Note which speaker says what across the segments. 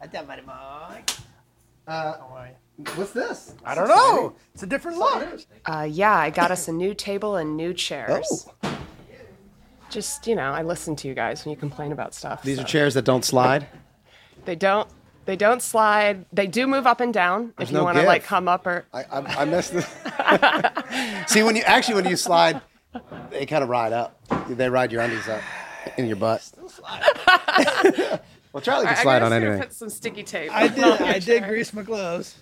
Speaker 1: I done my mark.
Speaker 2: Uh,
Speaker 1: How are you?
Speaker 2: what's this?
Speaker 1: I don't know. It's a different look.
Speaker 2: Exciting.
Speaker 3: Uh, yeah, I got us a new table and new chairs.
Speaker 2: Oh,
Speaker 3: Just, you know, I listen to you guys when you complain about stuff.
Speaker 2: these are
Speaker 3: so.
Speaker 2: chairs that don't slide.
Speaker 3: They don't. They don't slide. They do move up and down if you
Speaker 2: no
Speaker 3: want to like
Speaker 2: give.
Speaker 3: come up or.
Speaker 2: I, I, I messed this. See, when you actually when you slide, they kind of ride up. They ride your undies up in your butt. well, Charlie can
Speaker 3: I
Speaker 2: slide on
Speaker 3: guess you
Speaker 2: anything.
Speaker 3: Put some sticky tape.
Speaker 4: I did. I did grease my gloves.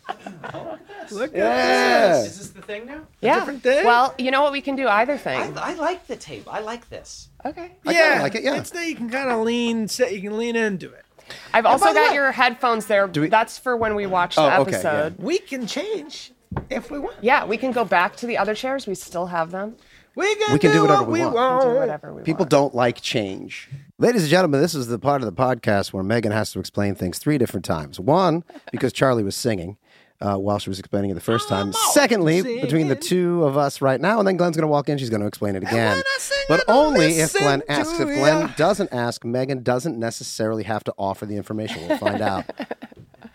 Speaker 4: Look at
Speaker 2: Yeah.
Speaker 4: this.
Speaker 1: Is this the thing now?
Speaker 3: yeah.
Speaker 4: different thing?
Speaker 3: Well, you know what? We can do either
Speaker 1: I,
Speaker 3: thing.
Speaker 1: I like the tape. I like this.
Speaker 3: Okay.
Speaker 2: I kinda like it, yeah.
Speaker 4: It's that you can kind of lean. Sit. You can lean into it.
Speaker 3: I've also
Speaker 2: by the
Speaker 3: got
Speaker 2: way-
Speaker 3: your headphones there.
Speaker 2: we-
Speaker 3: That's for when we watch the
Speaker 2: Oh, okay, yeah.
Speaker 3: episode.
Speaker 4: We can change if we want.
Speaker 3: yeah. we can go back to the other chairs. We still have them.
Speaker 4: We can,
Speaker 2: We can do whatever
Speaker 4: what
Speaker 2: we
Speaker 4: we
Speaker 2: want.
Speaker 4: want.
Speaker 3: We can do whatever we
Speaker 2: People
Speaker 3: want.
Speaker 2: don't like change. Ladies and gentlemen, this is the part of the podcast where Megan has to explain things three different times. One, because Charlie was singing uh, while she was explaining it the first time. Secondly, between the two of us right now, and then Glenn's going to walk in, she's going to explain it again.
Speaker 4: when I sing,
Speaker 2: But
Speaker 4: I don't
Speaker 2: only if
Speaker 4: listen
Speaker 2: Glenn
Speaker 4: to
Speaker 2: asks. If
Speaker 4: ya.
Speaker 2: Glenn doesn't ask, Megan doesn't necessarily have to offer the information. We'll find out.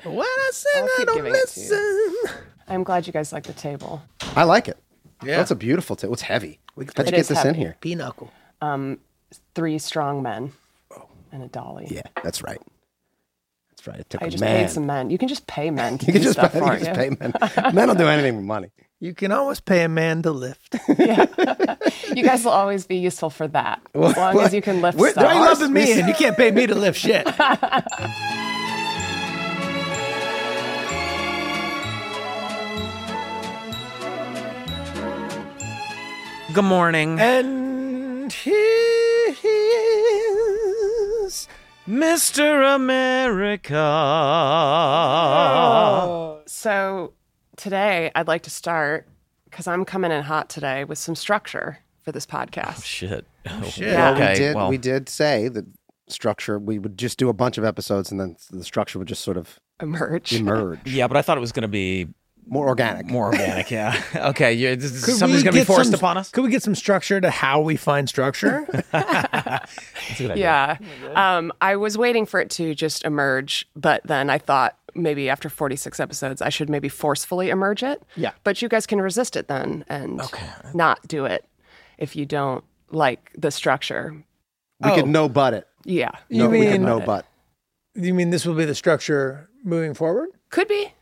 Speaker 4: When I sing,
Speaker 3: I'll
Speaker 4: I
Speaker 3: keep
Speaker 4: don't
Speaker 3: giving it to you.
Speaker 4: listen.
Speaker 3: I'm glad you guys like the table.
Speaker 2: I like it.
Speaker 4: Yeah.
Speaker 2: That's a beautiful tip. It's heavy. How'd you
Speaker 3: It
Speaker 2: get
Speaker 3: is
Speaker 2: this in
Speaker 3: heavy.
Speaker 2: here?
Speaker 4: Pinochle.
Speaker 3: Three strong men
Speaker 2: Oh.
Speaker 3: and a dolly.
Speaker 2: Yeah, that's right. That's right. It took
Speaker 3: I
Speaker 2: a
Speaker 3: just
Speaker 2: man.
Speaker 3: paid some men. You can just pay men to
Speaker 2: You
Speaker 3: do
Speaker 2: can just,
Speaker 3: stuff
Speaker 2: pay, you
Speaker 3: for
Speaker 2: can just
Speaker 3: you.
Speaker 2: pay men. Men don't do anything with money.
Speaker 4: You can always pay a man to lift.
Speaker 3: You guys will always be useful for that. As long as you can lift
Speaker 2: We're-
Speaker 3: stuff.
Speaker 2: they're
Speaker 4: Why you loving
Speaker 2: we-
Speaker 4: me and you can't pay me to lift shit?
Speaker 5: Good morning,
Speaker 4: and here he is.
Speaker 5: Mr. America.
Speaker 3: So today I'd like to start because I'm coming in hot today with some structure for this
Speaker 2: Oh,
Speaker 3: podcast.
Speaker 5: Shit.
Speaker 4: shit.
Speaker 3: Yeah.
Speaker 2: we
Speaker 5: Okay,
Speaker 2: did
Speaker 5: well.
Speaker 2: we did say that structure we would just do a bunch of episodes and then the structure would just sort of
Speaker 3: Emerge.
Speaker 2: emerge.
Speaker 5: Yeah, but I thought it was going to be
Speaker 2: More organic.
Speaker 5: more organic. Yeah. okay. Yeah, this, this,
Speaker 4: Could
Speaker 5: something's
Speaker 4: we
Speaker 5: going to be
Speaker 4: get
Speaker 5: forced
Speaker 4: some-
Speaker 5: upon us.
Speaker 4: Could we get some structure to how we find structure?
Speaker 3: Yeah. Um, I was waiting for it to just emerge, but then I thought maybe after 46 episodes, I should maybe forcefully emerge it.
Speaker 4: Yeah.
Speaker 3: But you guys can resist it then and not do it if you don't like the structure.
Speaker 2: We could
Speaker 4: Oh.
Speaker 2: no butt it.
Speaker 3: Yeah.
Speaker 2: No,
Speaker 4: You
Speaker 2: we could
Speaker 4: mean-
Speaker 2: no butt.
Speaker 4: you mean this will be the structure moving forward?
Speaker 3: Could be.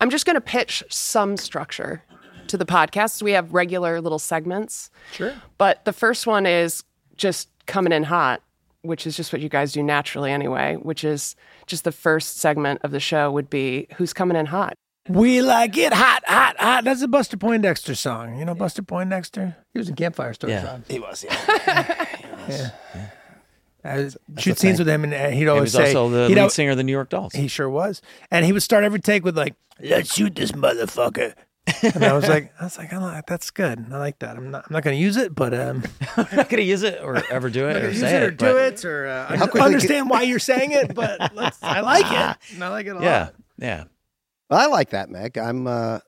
Speaker 3: I'm just going to pitch some structure to the podcast. We have regular little segments.
Speaker 4: Sure.
Speaker 3: But the first one is just coming in hot, which is just what you guys do naturally anyway, which is just the first segment of the show would be who's coming in hot.
Speaker 4: We like it hot, hot, hot. That's a Buster Poindexter song. You know Buster Poindexter? He was in Campfire Stories.
Speaker 5: Yeah.
Speaker 4: Ron.
Speaker 2: He was, yeah.
Speaker 4: I shoot scenes with him, and uh, he'd
Speaker 5: He
Speaker 4: always
Speaker 5: was
Speaker 4: say,
Speaker 5: also the
Speaker 4: he'd
Speaker 5: lead
Speaker 4: al-
Speaker 5: singer of the New York Dolls.
Speaker 4: He sure was. And he would start every take with like, "Let's shoot this motherfucker." and I was like, I was like, I like that's good. I like that. I'm not, I'm not going to use it, but um,
Speaker 5: I'm not going to use it or ever do it or
Speaker 4: use
Speaker 5: say
Speaker 4: it or
Speaker 5: it.
Speaker 4: do
Speaker 5: but-
Speaker 4: it or uh, I
Speaker 2: How quickly
Speaker 4: understand why you're saying it, but let's, I like it. And I like it a
Speaker 5: Yeah.
Speaker 4: lot.
Speaker 5: Yeah.
Speaker 2: I like that, Meg. I'm uh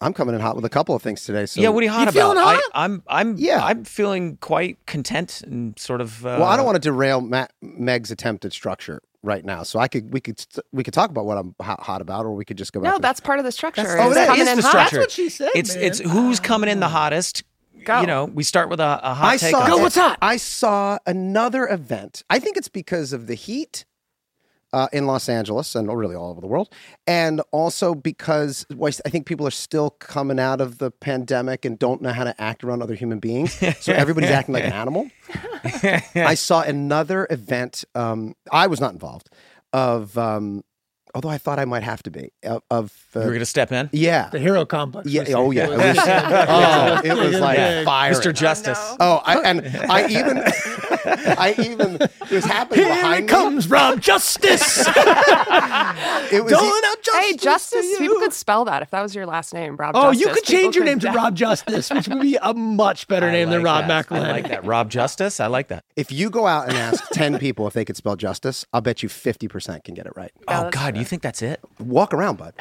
Speaker 2: I'm coming in hot with a couple of things today. So
Speaker 5: yeah. What are you hot about?
Speaker 4: feeling hot?
Speaker 5: I, I'm. I'm.
Speaker 2: Yeah.
Speaker 5: I'm feeling quite content and sort of. Uh,
Speaker 2: Well, I don't want to derail Ma- Meg's attempt at structure right now. So I could we could st- we could talk about what I'm hot, hot about or we could just go back
Speaker 3: No,
Speaker 2: to-
Speaker 3: that's part of the structure.
Speaker 5: That's- oh,
Speaker 3: is
Speaker 5: that
Speaker 3: coming
Speaker 5: is
Speaker 3: in
Speaker 5: the
Speaker 3: hot.
Speaker 5: structure.
Speaker 4: That's what she said.
Speaker 5: It's.
Speaker 4: man.
Speaker 5: It's who's coming in the hottest.
Speaker 3: Go.
Speaker 5: You know, we start with a, a hot
Speaker 2: I
Speaker 5: take.
Speaker 2: saw.
Speaker 5: on it.
Speaker 2: what's hot? I saw another event. I think it's because of the heat uh, in Los Angeles and really all over the world, and also because well, I think people are still coming out of the pandemic and don't know how to act around other human beings. So everybody's acting like an animal. I saw another event. Um, I was not involved. Of um, although I thought I might have to be of, of uh,
Speaker 5: You're going to step in.
Speaker 2: yeah.
Speaker 4: the hero complex.
Speaker 2: Yeah,
Speaker 4: was-
Speaker 2: oh yeah, it was, oh, it was like fire.
Speaker 5: Mr. Justice.
Speaker 2: Oh, I, and I even, I even, it was happening
Speaker 4: Here
Speaker 2: behind
Speaker 4: it comes, Rob. Justice.
Speaker 2: me. It was, e-
Speaker 4: Doling out justice.
Speaker 3: Hey,
Speaker 4: to
Speaker 3: Justice,
Speaker 4: you.
Speaker 3: people could spell that if that was your last name, Rob.
Speaker 4: Oh, you
Speaker 3: Justice,
Speaker 4: could
Speaker 3: people
Speaker 4: change your name to
Speaker 3: def-
Speaker 4: Rob Justice, which would be a much better
Speaker 5: I
Speaker 4: name than
Speaker 5: like
Speaker 4: Rob
Speaker 5: that.
Speaker 4: McElhenney.
Speaker 5: I like that. Rob Justice. I like that.
Speaker 2: if you go out and ask 10 people if they could spell justice, I'll bet you 50% can get it right.
Speaker 3: Yeah,
Speaker 5: oh
Speaker 3: that's
Speaker 5: God, You think that's it?
Speaker 2: Walk around, bud.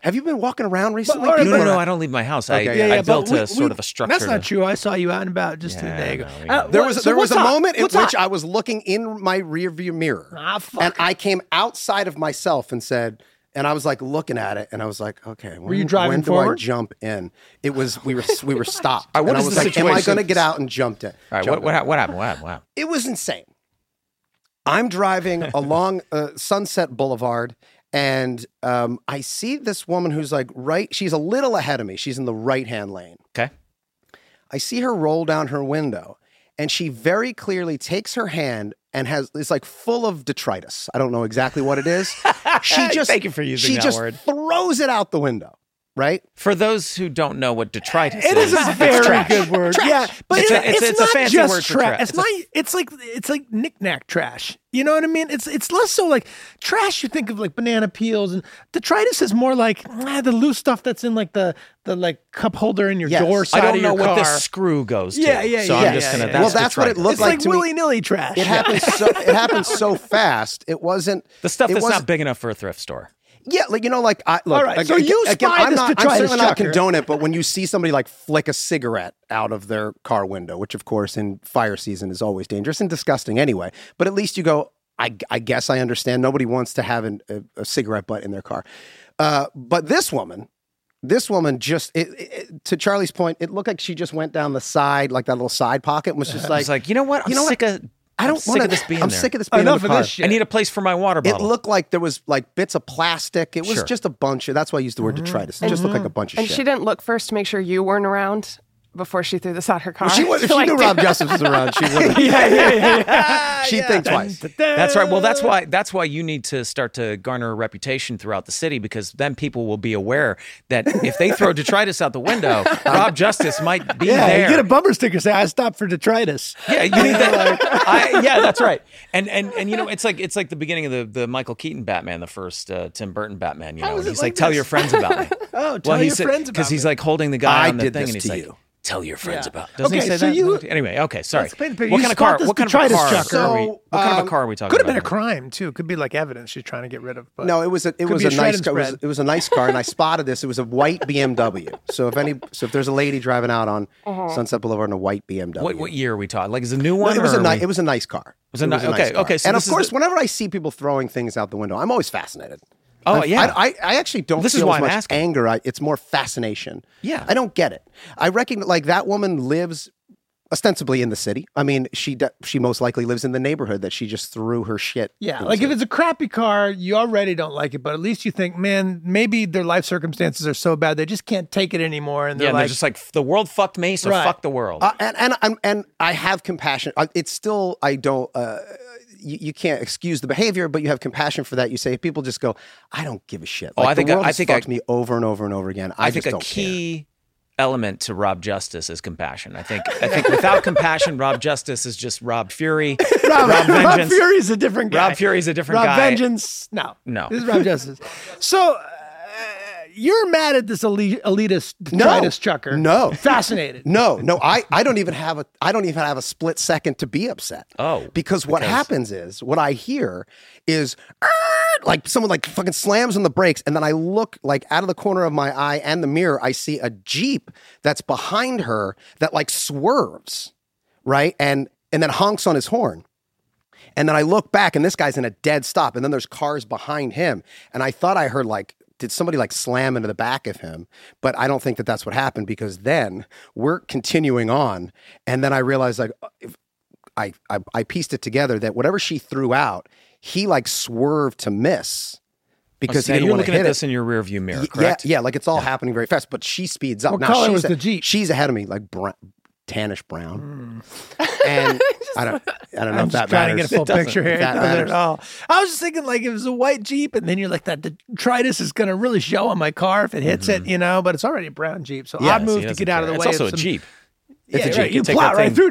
Speaker 2: Have you been walking around recently?
Speaker 4: all right,
Speaker 5: No, no,
Speaker 4: but-
Speaker 5: no. I don't leave my house. I,
Speaker 2: Okay, yeah,
Speaker 5: I
Speaker 4: but
Speaker 5: built
Speaker 4: we-
Speaker 5: a
Speaker 4: we-
Speaker 5: sort of a structure.
Speaker 4: That's not
Speaker 5: to-
Speaker 4: true. I saw you out and about just
Speaker 5: Yeah,
Speaker 4: today ago.
Speaker 5: no, we
Speaker 4: Uh,
Speaker 5: know.
Speaker 2: There
Speaker 4: what-
Speaker 2: was
Speaker 4: so
Speaker 2: there was
Speaker 4: what's
Speaker 2: a
Speaker 4: up?
Speaker 2: moment in
Speaker 4: What's
Speaker 2: which
Speaker 4: up?
Speaker 2: I was looking in my rearview mirror,
Speaker 4: Ah, fuck.
Speaker 2: and I came outside of myself and said, and I was like looking at it, and I was like, okay, when,
Speaker 4: you driving
Speaker 2: when do I
Speaker 4: forward?
Speaker 2: jump in? It was we were we were stopped.
Speaker 5: All right,
Speaker 2: and
Speaker 5: what
Speaker 2: I
Speaker 5: is
Speaker 2: was
Speaker 5: the
Speaker 2: like, am I
Speaker 5: situation?
Speaker 2: going to get out and jump in?
Speaker 5: All right.
Speaker 2: jump
Speaker 5: What,
Speaker 2: in?
Speaker 5: what, hap- what happened? What happened? Wow.
Speaker 2: it was insane. I'm driving along uh, Sunset Boulevard, and um, I see this woman who's like right. She's a little ahead of me. She's in the right hand lane.
Speaker 5: Okay.
Speaker 2: I see her roll down her window, and she very clearly takes her hand and has it's like full of detritus. I don't know exactly what it is. She just
Speaker 5: Thank you for using
Speaker 2: she
Speaker 5: that
Speaker 2: just
Speaker 5: word.
Speaker 2: Throws it out the window, right?
Speaker 5: For those who don't know what detritus
Speaker 4: It is
Speaker 5: is,
Speaker 4: a very good word. Yeah, but it's,
Speaker 5: It's
Speaker 4: it's,
Speaker 5: a- it's- it's a
Speaker 4: not
Speaker 5: fancy
Speaker 4: just
Speaker 5: word for
Speaker 4: trash.
Speaker 5: trash.
Speaker 4: It's,
Speaker 5: It's a-
Speaker 4: not. it's like it's like knickknack trash. You know what I mean? It's it's less so like trash. You think of like banana peels and detritus is more like ah, the loose stuff that's in like the the like cup holder in your
Speaker 2: Yes.
Speaker 4: door
Speaker 2: I
Speaker 5: I
Speaker 4: side
Speaker 5: don't
Speaker 4: of
Speaker 5: know
Speaker 4: your
Speaker 5: what
Speaker 4: car.
Speaker 5: this screw goes to.
Speaker 4: Yeah, yeah,
Speaker 5: So
Speaker 4: yeah,
Speaker 5: I'm just
Speaker 4: yeah,
Speaker 5: gonna.
Speaker 4: yeah.
Speaker 5: That's
Speaker 2: well, that's what it
Speaker 5: detritus.
Speaker 2: looked
Speaker 4: it's like,
Speaker 2: to me.
Speaker 4: willy nilly trash.
Speaker 2: It happened so it happened so fast. It wasn't
Speaker 5: The stuff
Speaker 2: it
Speaker 5: that's
Speaker 2: wasn't-
Speaker 5: not big enough for a thrift store.
Speaker 2: Yeah, like you know, like I look.
Speaker 4: All right, so
Speaker 2: again-
Speaker 4: you
Speaker 2: again,
Speaker 4: spy
Speaker 2: I'm
Speaker 4: this
Speaker 2: not,
Speaker 4: to try
Speaker 2: I'm
Speaker 4: this
Speaker 2: certainly not
Speaker 4: chucker.
Speaker 2: condone it, but when you see somebody like flick a cigarette out of their car window, which of course in fire season is always dangerous and disgusting anyway, but at least you go, I, I guess I understand. Nobody wants to have an, a, a cigarette butt in their car, uh, but this woman. This woman just, it, it- it- to Charlie's point, it looked like she just went down the side, like that little side pocket, and was just like,
Speaker 5: It's like you know what? I'm
Speaker 2: You know what?
Speaker 5: sick of.
Speaker 2: I
Speaker 5: I'm
Speaker 2: don't
Speaker 5: sick
Speaker 2: want
Speaker 5: of this being
Speaker 2: I'm
Speaker 5: there.
Speaker 2: sick of this being in
Speaker 4: Enough
Speaker 2: the
Speaker 4: of
Speaker 2: car.
Speaker 4: this shit.
Speaker 5: I need a place for my water
Speaker 2: It
Speaker 5: bottle.
Speaker 2: looked like there was like bits of plastic. It was
Speaker 5: Sure.
Speaker 2: just a bunch of. That's why I used the word detritus. It just looked like a bunch of
Speaker 3: And
Speaker 2: shit.
Speaker 3: she didn't look first to make sure you weren't around before she threw this out her car.
Speaker 2: She was, if she
Speaker 3: Like,
Speaker 2: knew Rob Justice was around, she would.
Speaker 4: yeah, yeah, yeah, yeah.
Speaker 2: She'd think twice.
Speaker 5: That's right. Well, that's why that's why you need to start to garner a reputation throughout the city because then people will be aware that if they throw detritus out the window, Rob Justice might be
Speaker 4: Yeah,
Speaker 5: there.
Speaker 4: you get a bumper sticker say I stopped for detritus.
Speaker 5: yeah, you need that. I, yeah, that's right. And and and you know, it's like it's like the beginning of the the Michael Keaton Batman, the first uh, Tim Burton Batman. You know,
Speaker 4: is
Speaker 5: and
Speaker 4: it
Speaker 5: he's
Speaker 4: like
Speaker 5: like, "Tell
Speaker 4: this?"
Speaker 5: your friends about me."
Speaker 4: Oh, tell
Speaker 5: he
Speaker 4: your
Speaker 5: said-
Speaker 4: friends about
Speaker 5: he's
Speaker 4: me.
Speaker 5: like holding the guy
Speaker 2: I
Speaker 5: on the
Speaker 2: did
Speaker 5: thing,
Speaker 2: this
Speaker 5: and he's
Speaker 2: to
Speaker 5: like,
Speaker 2: you.
Speaker 5: "Tell your friends about." me."
Speaker 4: Okay, so you-
Speaker 5: anyway. Okay, sorry.
Speaker 4: Let's paint a picture.
Speaker 5: What
Speaker 4: You
Speaker 5: kind of
Speaker 4: spot
Speaker 5: car?
Speaker 4: this
Speaker 5: What kind of a
Speaker 4: detritus
Speaker 5: car?
Speaker 4: chucker.
Speaker 5: are we-
Speaker 2: So,
Speaker 5: what kind of
Speaker 2: um,
Speaker 5: a car are we talking
Speaker 4: Could have
Speaker 5: about?
Speaker 4: been a
Speaker 5: here?
Speaker 4: crime too. Could be like evidence she's trying to get rid of. But
Speaker 2: No, it was a it
Speaker 4: Could
Speaker 2: was
Speaker 4: be
Speaker 2: a,
Speaker 4: a shred
Speaker 2: nice
Speaker 4: and
Speaker 2: car. It was,
Speaker 4: spread.
Speaker 2: it was a nice car, and I spotted this. It was a white BMW. So if any, so if there's a lady driving out on
Speaker 4: Uh-huh.
Speaker 2: Sunset Boulevard in a white BMW,
Speaker 5: What, what year are we talking? Like, is it a new
Speaker 2: No,
Speaker 5: one?
Speaker 2: it was
Speaker 5: or
Speaker 2: a
Speaker 5: are
Speaker 2: nice.
Speaker 5: we-
Speaker 2: It was a nice car.
Speaker 5: was a ni- okay, okay, so
Speaker 2: and of
Speaker 5: this is
Speaker 2: course,
Speaker 5: the-
Speaker 2: whenever I see people throwing things out the window, I'm always fascinated.
Speaker 5: Oh,
Speaker 2: I-
Speaker 5: yeah.
Speaker 2: I, I, I actually don't.
Speaker 5: This is
Speaker 2: feel
Speaker 5: why
Speaker 2: as
Speaker 5: I'm
Speaker 2: much
Speaker 5: asking.
Speaker 2: Anger. I, it's more fascination.
Speaker 5: Yeah.
Speaker 2: I don't get it. I reckon like that woman lives ostensibly in the city. I mean, she de- she most likely lives in the neighborhood that she just threw her shit.
Speaker 4: Yeah, like if
Speaker 2: into.
Speaker 4: it's a crappy car, you already don't like it, but at least you think, man, maybe their life circumstances are so bad they just can't take it anymore, and
Speaker 5: yeah,
Speaker 4: they're
Speaker 5: and
Speaker 4: like,
Speaker 5: they're just like the world fucked me, so
Speaker 4: Right.
Speaker 5: fuck the world.
Speaker 2: Uh, and and and and I have compassion. I- It's still I don't. Uh, you, you can't excuse the behavior, but you have compassion for that. You say people just go, I don't give a shit.
Speaker 5: Oh, I think
Speaker 2: the
Speaker 5: I-
Speaker 2: world
Speaker 5: I
Speaker 2: has
Speaker 5: think I-
Speaker 2: fucked me over and over and over again. I,
Speaker 5: I think
Speaker 2: just
Speaker 5: a
Speaker 2: don't
Speaker 5: key element to Rob Justice is compassion. I think I think without compassion, Rob Justice is just Rob Fury.
Speaker 4: Rob, "Oh, Rob,
Speaker 5: Vengeance.
Speaker 4: Fury's a different guy.
Speaker 5: Rob Fury's a different
Speaker 4: Rob
Speaker 5: guy.
Speaker 4: Vengeance, no,
Speaker 5: No.
Speaker 4: this is Rob Justice. So uh, you're mad at this elite, elitist
Speaker 2: No.
Speaker 4: detritus chucker?
Speaker 2: No.
Speaker 4: fascinated.
Speaker 2: Care. No, no, I, I don't even have a I don't even have a split second to be upset.
Speaker 5: Oh,
Speaker 2: because what happens is what I hear is "Ah!" like someone like fucking slams on the brakes, and then I look like out of the corner of my eye and the mirror, I see a jeep that's behind her that like swerves. right? And and then honks on his horn. And then I look back and this guy's in a dead stop and then there's cars behind him and I thought I heard like did somebody like slam into the back of him? But I don't think that that's what happened because then we're continuing on and then I realized like uh, if- I I, I pieced it together that whatever she threw out, he like swerved to miss because
Speaker 5: So
Speaker 2: he
Speaker 5: now
Speaker 2: didn't
Speaker 5: you're
Speaker 2: want to
Speaker 5: looking at
Speaker 2: hit it.
Speaker 5: this in your rearview mirror,
Speaker 2: Y-
Speaker 5: correct?
Speaker 2: Yeah, yeah, like it's all happening very fast, but she speeds up.
Speaker 4: What
Speaker 2: now
Speaker 4: color
Speaker 2: she's
Speaker 4: was
Speaker 2: a-
Speaker 4: the Jeep?
Speaker 2: She's ahead of me, like br- tannish brown. And I don't, I don't know if
Speaker 4: Hmm. I'm just
Speaker 2: that
Speaker 4: trying
Speaker 2: matters.
Speaker 4: to get a full
Speaker 2: It doesn't.
Speaker 4: picture here.
Speaker 2: If
Speaker 4: It
Speaker 2: That
Speaker 4: doesn't
Speaker 2: matters.
Speaker 4: at all. I was just thinking, like, if it was a white Jeep, and then you're like, that detritus is going to really
Speaker 2: Mm-hmm.
Speaker 4: show on my car if it hits it, you know, but it's already a brown Jeep. So I
Speaker 5: Yeah, so he
Speaker 4: moved to
Speaker 5: doesn't
Speaker 4: get out of
Speaker 5: care.
Speaker 4: the
Speaker 5: it's
Speaker 4: way. of
Speaker 5: also a
Speaker 4: some-
Speaker 5: Jeep.
Speaker 2: It's a
Speaker 4: yeah,
Speaker 2: Jeep.
Speaker 4: right. You
Speaker 5: Take
Speaker 4: plot
Speaker 5: that
Speaker 4: right
Speaker 5: thing.
Speaker 4: through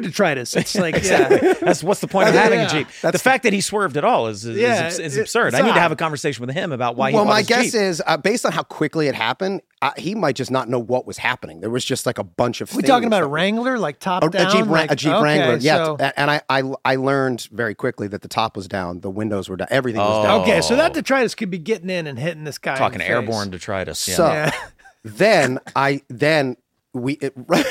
Speaker 4: detritus. It's like
Speaker 5: Exactly. That's what's the point of
Speaker 4: Yeah.
Speaker 5: having a
Speaker 4: Yeah.
Speaker 5: Jeep. the fact that he swerved at all is is,
Speaker 4: Yeah,
Speaker 5: is,
Speaker 4: it-
Speaker 5: absurd.
Speaker 4: it's
Speaker 5: I need to
Speaker 4: odd.
Speaker 5: have a conversation with him about why.
Speaker 2: well,
Speaker 5: he bought
Speaker 2: my
Speaker 5: his
Speaker 2: guess
Speaker 5: Jeep.
Speaker 2: is uh, based on how quickly it happened, uh, he might just not know what was happening. There was just like a bunch of.
Speaker 4: we
Speaker 2: things
Speaker 4: talking about a
Speaker 2: that-
Speaker 4: Wrangler, like top
Speaker 2: a,
Speaker 4: down,
Speaker 2: a Jeep, Wra-
Speaker 4: like,
Speaker 2: a Jeep
Speaker 4: okay,
Speaker 2: Wrangler. Yeah,
Speaker 4: so-
Speaker 2: a- and I, I, I learned very quickly that the top was down, the windows were down, everything was down.
Speaker 4: okay, so that
Speaker 5: Oh.
Speaker 4: detritus could be getting in and hitting this guy. in
Speaker 5: talking
Speaker 4: the face.
Speaker 5: airborne detritus. Yeah.
Speaker 2: So
Speaker 4: Yeah.
Speaker 2: then I, then we, it, right,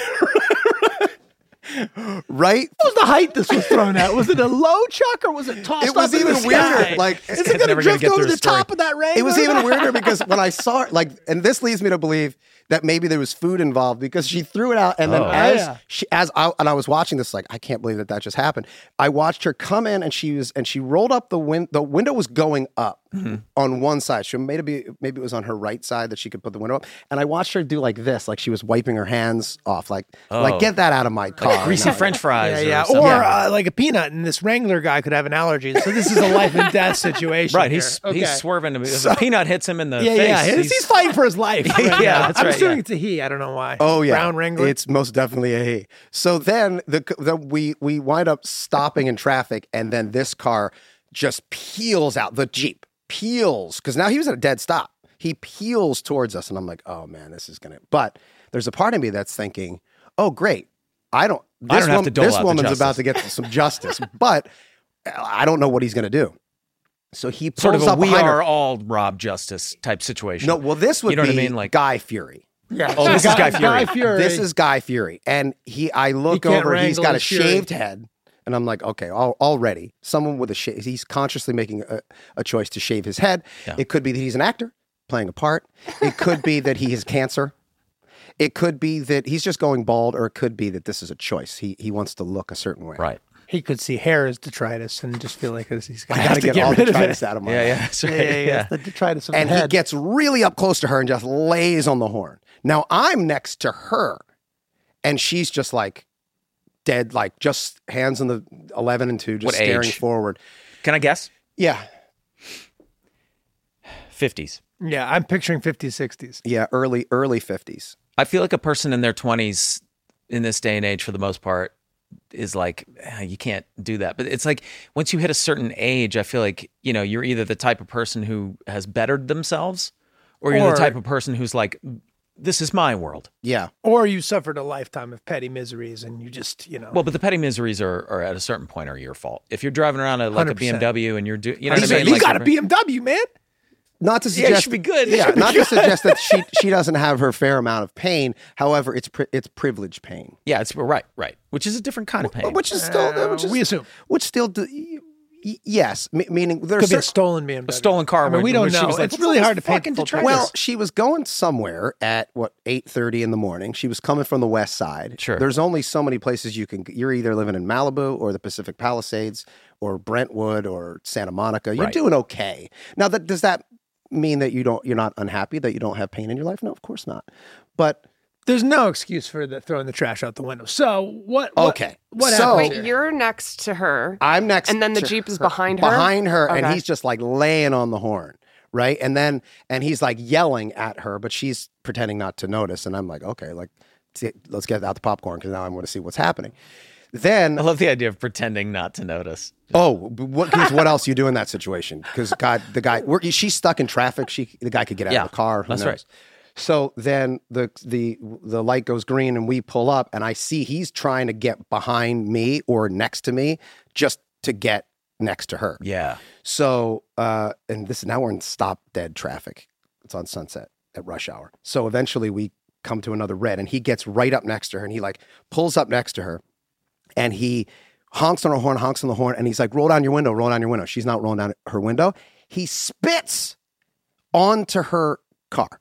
Speaker 2: right.
Speaker 4: What was the height this was thrown at? Was it a low chuck or was it tossed?
Speaker 2: It was
Speaker 4: up in the
Speaker 2: even
Speaker 4: sky?
Speaker 2: weirder. Like
Speaker 4: is it going
Speaker 5: never
Speaker 4: to
Speaker 5: gonna
Speaker 4: drift
Speaker 5: get
Speaker 4: over
Speaker 5: through
Speaker 4: the
Speaker 5: the story.
Speaker 4: top of that Wrangler?
Speaker 2: It was even weirder because when I saw it, like, and this leads me to believe that maybe there was food involved because she threw it out, and then
Speaker 5: Oh.
Speaker 2: as
Speaker 4: Yeah.
Speaker 2: she, as I and I was watching this, like, I can't believe that that just happened. I watched her come in, and she was, and she rolled up the wind. The window was going up
Speaker 4: Mm-hmm.
Speaker 2: on one side. She maybe maybe it was on her right side that she could put the window up, and I watched her do like this, like she was wiping her hands off, like like
Speaker 5: Oh.
Speaker 2: get that out of my car,
Speaker 5: Greasy
Speaker 2: Now,
Speaker 5: French
Speaker 4: Yeah,
Speaker 5: fries.
Speaker 4: yeah.
Speaker 5: Or, something.
Speaker 4: Or uh, like a peanut, and this Wrangler guy could have an allergy. So this is a life and death situation.
Speaker 5: right.
Speaker 4: here.
Speaker 5: He's
Speaker 4: Okay.
Speaker 5: he's swerving. If a peanut hits him in the
Speaker 4: Yeah,
Speaker 5: face.
Speaker 4: yeah. He's, he's fighting for his life. right
Speaker 5: Yeah,
Speaker 4: now.
Speaker 5: that's
Speaker 4: I'm
Speaker 5: right,
Speaker 4: assuming
Speaker 5: yeah.
Speaker 4: it's a he. I don't know why.
Speaker 2: Oh yeah,
Speaker 4: brown Wrangler.
Speaker 2: It's most definitely a he. So then the, the we we wind up stopping in traffic, and then this car just peels out. The jeep peels because now he was at a dead stop. He peels towards us, and I'm like, oh man, this is gonna. But there's a part of me that's thinking, oh great, I don't. This
Speaker 5: I don't have to dole
Speaker 2: this
Speaker 5: out the
Speaker 2: woman's about
Speaker 5: justice.
Speaker 2: to get some justice, but uh, I don't know what he's gonna do. So he pulls
Speaker 5: sort of a
Speaker 2: up
Speaker 5: we
Speaker 2: behind her.
Speaker 5: are all Rob Justice type situation.
Speaker 2: No, well, this would
Speaker 5: You know
Speaker 2: be
Speaker 5: what I mean? Like-
Speaker 2: Guy Fury.
Speaker 4: yeah.
Speaker 5: Oh, this is Guy Fury.
Speaker 2: This is Guy Fury, and he. I look
Speaker 4: can't
Speaker 2: over. He's
Speaker 4: wrangle
Speaker 2: got a
Speaker 4: his fury.
Speaker 2: shaved head, and I'm like, okay, al- already someone with a shave. He's consciously making a, a choice to shave his head.
Speaker 5: Yeah.
Speaker 2: It could be that he's an actor playing a part. It could be that he has cancer. It could be that he's just going bald, or it could be that this is a choice. He he wants to look a certain way.
Speaker 5: Right.
Speaker 4: He could see hair as detritus and just feel like this- he's
Speaker 2: I
Speaker 4: going
Speaker 2: got to get, all
Speaker 4: rid
Speaker 2: the
Speaker 4: of
Speaker 2: detritus
Speaker 4: it.
Speaker 2: out of my
Speaker 5: Yeah,
Speaker 2: life.
Speaker 5: yeah. That's right.
Speaker 4: Yeah, yeah, yeah.
Speaker 5: yeah.
Speaker 4: It's The detritus of
Speaker 2: and
Speaker 4: the
Speaker 2: he
Speaker 4: head.
Speaker 2: gets really up close to her and just lays on the horn. Now I'm next to her, and she's just like dead, like just hands on the eleven and two, just
Speaker 5: What
Speaker 2: staring
Speaker 5: age?
Speaker 2: forward.
Speaker 5: Can I guess?
Speaker 2: Yeah,
Speaker 5: Fifties.
Speaker 4: yeah, I'm picturing 50s, 60s.
Speaker 2: yeah, early early fifties.
Speaker 5: I feel like a person in their twenties in this day and age, for the most part, is like "Ah, you can't do that. But it's like once you hit a certain age, I feel like you know you're either the type of person who has bettered themselves, or you're
Speaker 4: Or-
Speaker 5: the type of person who's like, this is my world.
Speaker 2: Yeah,
Speaker 4: Or you suffered a lifetime of petty miseries and you just, you know.
Speaker 5: Well, but the petty miseries are, are at a certain point are your fault. If you're driving around a, like a
Speaker 4: 100%.
Speaker 5: BMW and you're doing, you know,
Speaker 4: you
Speaker 5: what I mean?
Speaker 4: you
Speaker 5: Like,
Speaker 4: got a BMW, man.
Speaker 2: not to
Speaker 5: Yeah,
Speaker 2: suggest
Speaker 5: it should be good. It
Speaker 2: Yeah,
Speaker 5: should be
Speaker 2: not to suggest that she she doesn't have her fair amount of pain. However, it's pri- it's privilege pain,
Speaker 5: Yeah, it's right, right. Which is a different kind of pain.
Speaker 2: which is still
Speaker 4: Uh,
Speaker 2: which is,
Speaker 4: we assume.
Speaker 2: which still do, y- y- yes, me- meaning there's
Speaker 4: Could be a stolen BMW.
Speaker 5: a stolen car.
Speaker 4: I mean,
Speaker 5: when-
Speaker 4: we don't
Speaker 5: when she
Speaker 4: know.
Speaker 5: was like,
Speaker 4: it's
Speaker 5: "What's
Speaker 4: really
Speaker 5: all
Speaker 4: hard to
Speaker 5: this
Speaker 4: pay
Speaker 5: fucking
Speaker 4: full
Speaker 5: detritus?"
Speaker 4: price.
Speaker 2: Well, she was going somewhere at what eight thirty in the morning. She was coming from the west side.
Speaker 5: Sure.
Speaker 2: there's only so many places you can. You're either living in Malibu or the Pacific Palisades or Brentwood or Santa Monica. You're
Speaker 5: Right.
Speaker 2: doing okay. Now, that does that mean that you don't? You're not unhappy that you don't have pain in your life? No, of course not. But
Speaker 4: There's no excuse for the, throwing the trash out the window. So what? what-
Speaker 2: okay,
Speaker 4: What,
Speaker 2: so
Speaker 4: happened?
Speaker 3: Wait, you're next to her.
Speaker 2: I'm next,
Speaker 3: And then the
Speaker 2: to
Speaker 3: Jeep is behind her?
Speaker 2: behind her, and
Speaker 3: Okay.
Speaker 2: he's just like laying on the horn. Right. And then, and he's like yelling at her, but she's pretending not to notice. And I'm like, okay, like, t- let's get out the popcorn because now I want to see what's happening. Then,
Speaker 5: I love the idea of pretending not to notice.
Speaker 2: oh, but what, 'cause what else you do in that situation? Because, God, the guy, we're, she's stuck in traffic. She, the guy could get out
Speaker 5: Yeah,
Speaker 2: of the car. Who
Speaker 5: that's
Speaker 2: knows?
Speaker 5: right.
Speaker 2: So then the the the light goes green and we pull up and I see he's trying to get behind me or next to me just to get next to her.
Speaker 5: Yeah.
Speaker 2: So, uh, and this now we're in stop dead traffic. It's on Sunset at rush hour. So eventually we come to another red, and he gets right up next to her, and he like pulls up next to her, and he honks on her horn, honks on the horn, and he's like, "Roll down your window, roll down your window." She's not rolling down her window. He spits onto her car,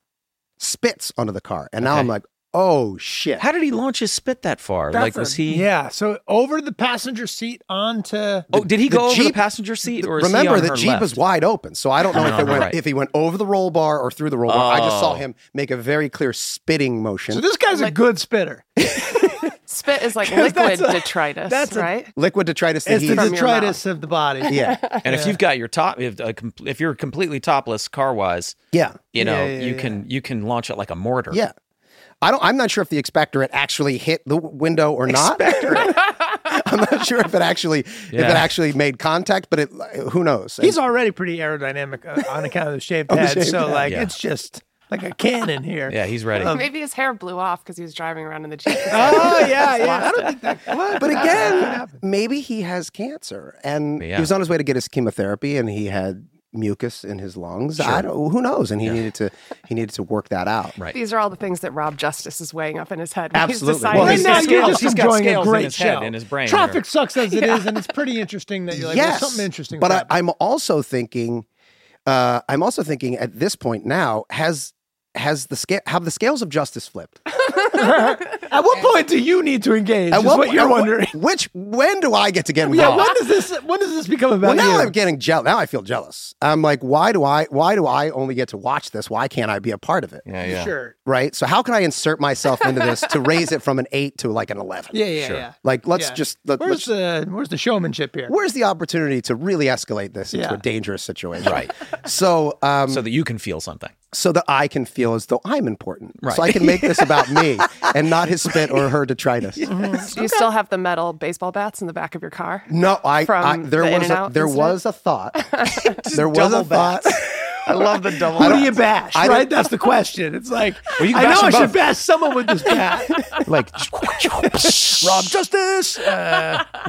Speaker 2: spits onto the car, and now I'm
Speaker 5: Okay.
Speaker 2: like, "Oh shit!"
Speaker 5: How did he launch his spit that far? like, was he?
Speaker 4: Yeah. So over the passenger seat onto.
Speaker 5: Oh, did he
Speaker 2: the
Speaker 5: go over the
Speaker 2: Jeep-
Speaker 5: passenger seat? Or is he
Speaker 2: Remember
Speaker 5: on
Speaker 2: that
Speaker 5: her
Speaker 2: Jeep
Speaker 5: left?
Speaker 2: is wide open, so I don't know if it
Speaker 5: no,
Speaker 2: went
Speaker 5: right.
Speaker 2: if he went over the roll bar or through the roll bar. I just saw
Speaker 5: Oh.
Speaker 2: him make a very clear spitting motion.
Speaker 4: So this guy's a good spitter.
Speaker 3: Spit is like
Speaker 4: 'Cause
Speaker 3: liquid
Speaker 4: that's a-
Speaker 3: detritus,
Speaker 4: that's a-
Speaker 3: right?
Speaker 2: liquid detritus that
Speaker 4: It's the
Speaker 2: he
Speaker 3: from your
Speaker 4: detritus of the body.
Speaker 2: yeah
Speaker 5: And if you've got your top, if, uh, com- if you're completely topless car wise,
Speaker 2: yeah
Speaker 5: you know
Speaker 4: yeah,
Speaker 5: you
Speaker 4: yeah.
Speaker 5: can you can launch it like a mortar.
Speaker 2: yeah I don't. I'm not sure if the expectorant actually hit the w- window or not. I'm not sure if it actually if
Speaker 5: Yeah.
Speaker 2: it actually made contact, but it who knows.
Speaker 4: He's already pretty aerodynamic uh, on account of the shaved
Speaker 2: On the
Speaker 4: head.
Speaker 2: shaved
Speaker 4: so
Speaker 2: head.
Speaker 4: like
Speaker 5: Yeah.
Speaker 4: it's just like a cannon here.
Speaker 5: Yeah, he's ready.
Speaker 3: Maybe his hair blew off because he was driving around in the jeep.
Speaker 4: Oh yeah, yeah. I don't think that. What?
Speaker 2: but again, maybe he has cancer, and
Speaker 5: Yeah.
Speaker 2: he was on his way to get his chemotherapy, and he had mucus in his lungs. I don't. Who knows? And he needed to he needed to work that out.
Speaker 5: Right.
Speaker 3: These are all the things that Rob Justice is weighing up in his head. when he's
Speaker 2: Absolutely.
Speaker 3: deciding
Speaker 2: Well,
Speaker 4: right
Speaker 2: he's
Speaker 4: now
Speaker 5: got
Speaker 4: you're
Speaker 5: scales.
Speaker 4: just
Speaker 5: He's got
Speaker 4: enjoying a
Speaker 5: scales in
Speaker 4: great
Speaker 5: his
Speaker 4: show.
Speaker 5: head, in his brain.
Speaker 4: Traffic sucks as it is, and it's pretty interesting that you're like,
Speaker 2: yes,
Speaker 4: there's something interesting.
Speaker 2: But I,
Speaker 4: about it.
Speaker 2: I'm also thinking, uh, I'm also thinking at this point now has has the scale have the scales of justice flipped?
Speaker 4: at what point do you need to engage?
Speaker 2: At
Speaker 4: is
Speaker 2: what-
Speaker 4: what you're
Speaker 2: at what-
Speaker 4: wondering.
Speaker 2: Which when do I get to get involved?
Speaker 4: Yeah, when does this when does this become about
Speaker 2: well, now
Speaker 4: you?
Speaker 2: I'm getting jealous. Now I feel jealous. I'm like, why do I? Why do I only get to watch this? Why can't I be a part of it?
Speaker 5: yeah, yeah.
Speaker 4: Sure.
Speaker 2: Right. So how can I insert myself into this to raise it from an eight to like an eleven?
Speaker 4: Yeah, yeah,
Speaker 5: Sure.
Speaker 4: yeah.
Speaker 2: Like let's
Speaker 4: Yeah.
Speaker 2: just let, let's.
Speaker 4: Where's the where's the showmanship here?
Speaker 2: Where's the opportunity to really escalate this into
Speaker 4: Yeah.
Speaker 2: a dangerous situation? Right. So, um,
Speaker 5: So that you can feel something.
Speaker 2: so that I can feel as though I'm important.
Speaker 5: Right.
Speaker 2: So I can make this about me and not his spit or her detritus.
Speaker 5: Mm-hmm.
Speaker 3: Do you still have the metal baseball bats in the back of your car?
Speaker 2: No, I,
Speaker 3: From
Speaker 2: I there
Speaker 3: the
Speaker 2: was a,
Speaker 3: In-N-Out
Speaker 2: there
Speaker 3: incident?
Speaker 2: was a thought. there was a
Speaker 5: double
Speaker 2: thought.
Speaker 5: I love the double.
Speaker 4: Who do you bash?
Speaker 2: I don't-
Speaker 4: right? That's the question. It's like
Speaker 5: Well, you can
Speaker 4: I
Speaker 5: bash
Speaker 4: know I
Speaker 5: them
Speaker 4: should
Speaker 5: both.
Speaker 4: bash someone with this bat.
Speaker 5: like
Speaker 4: Rob Justice.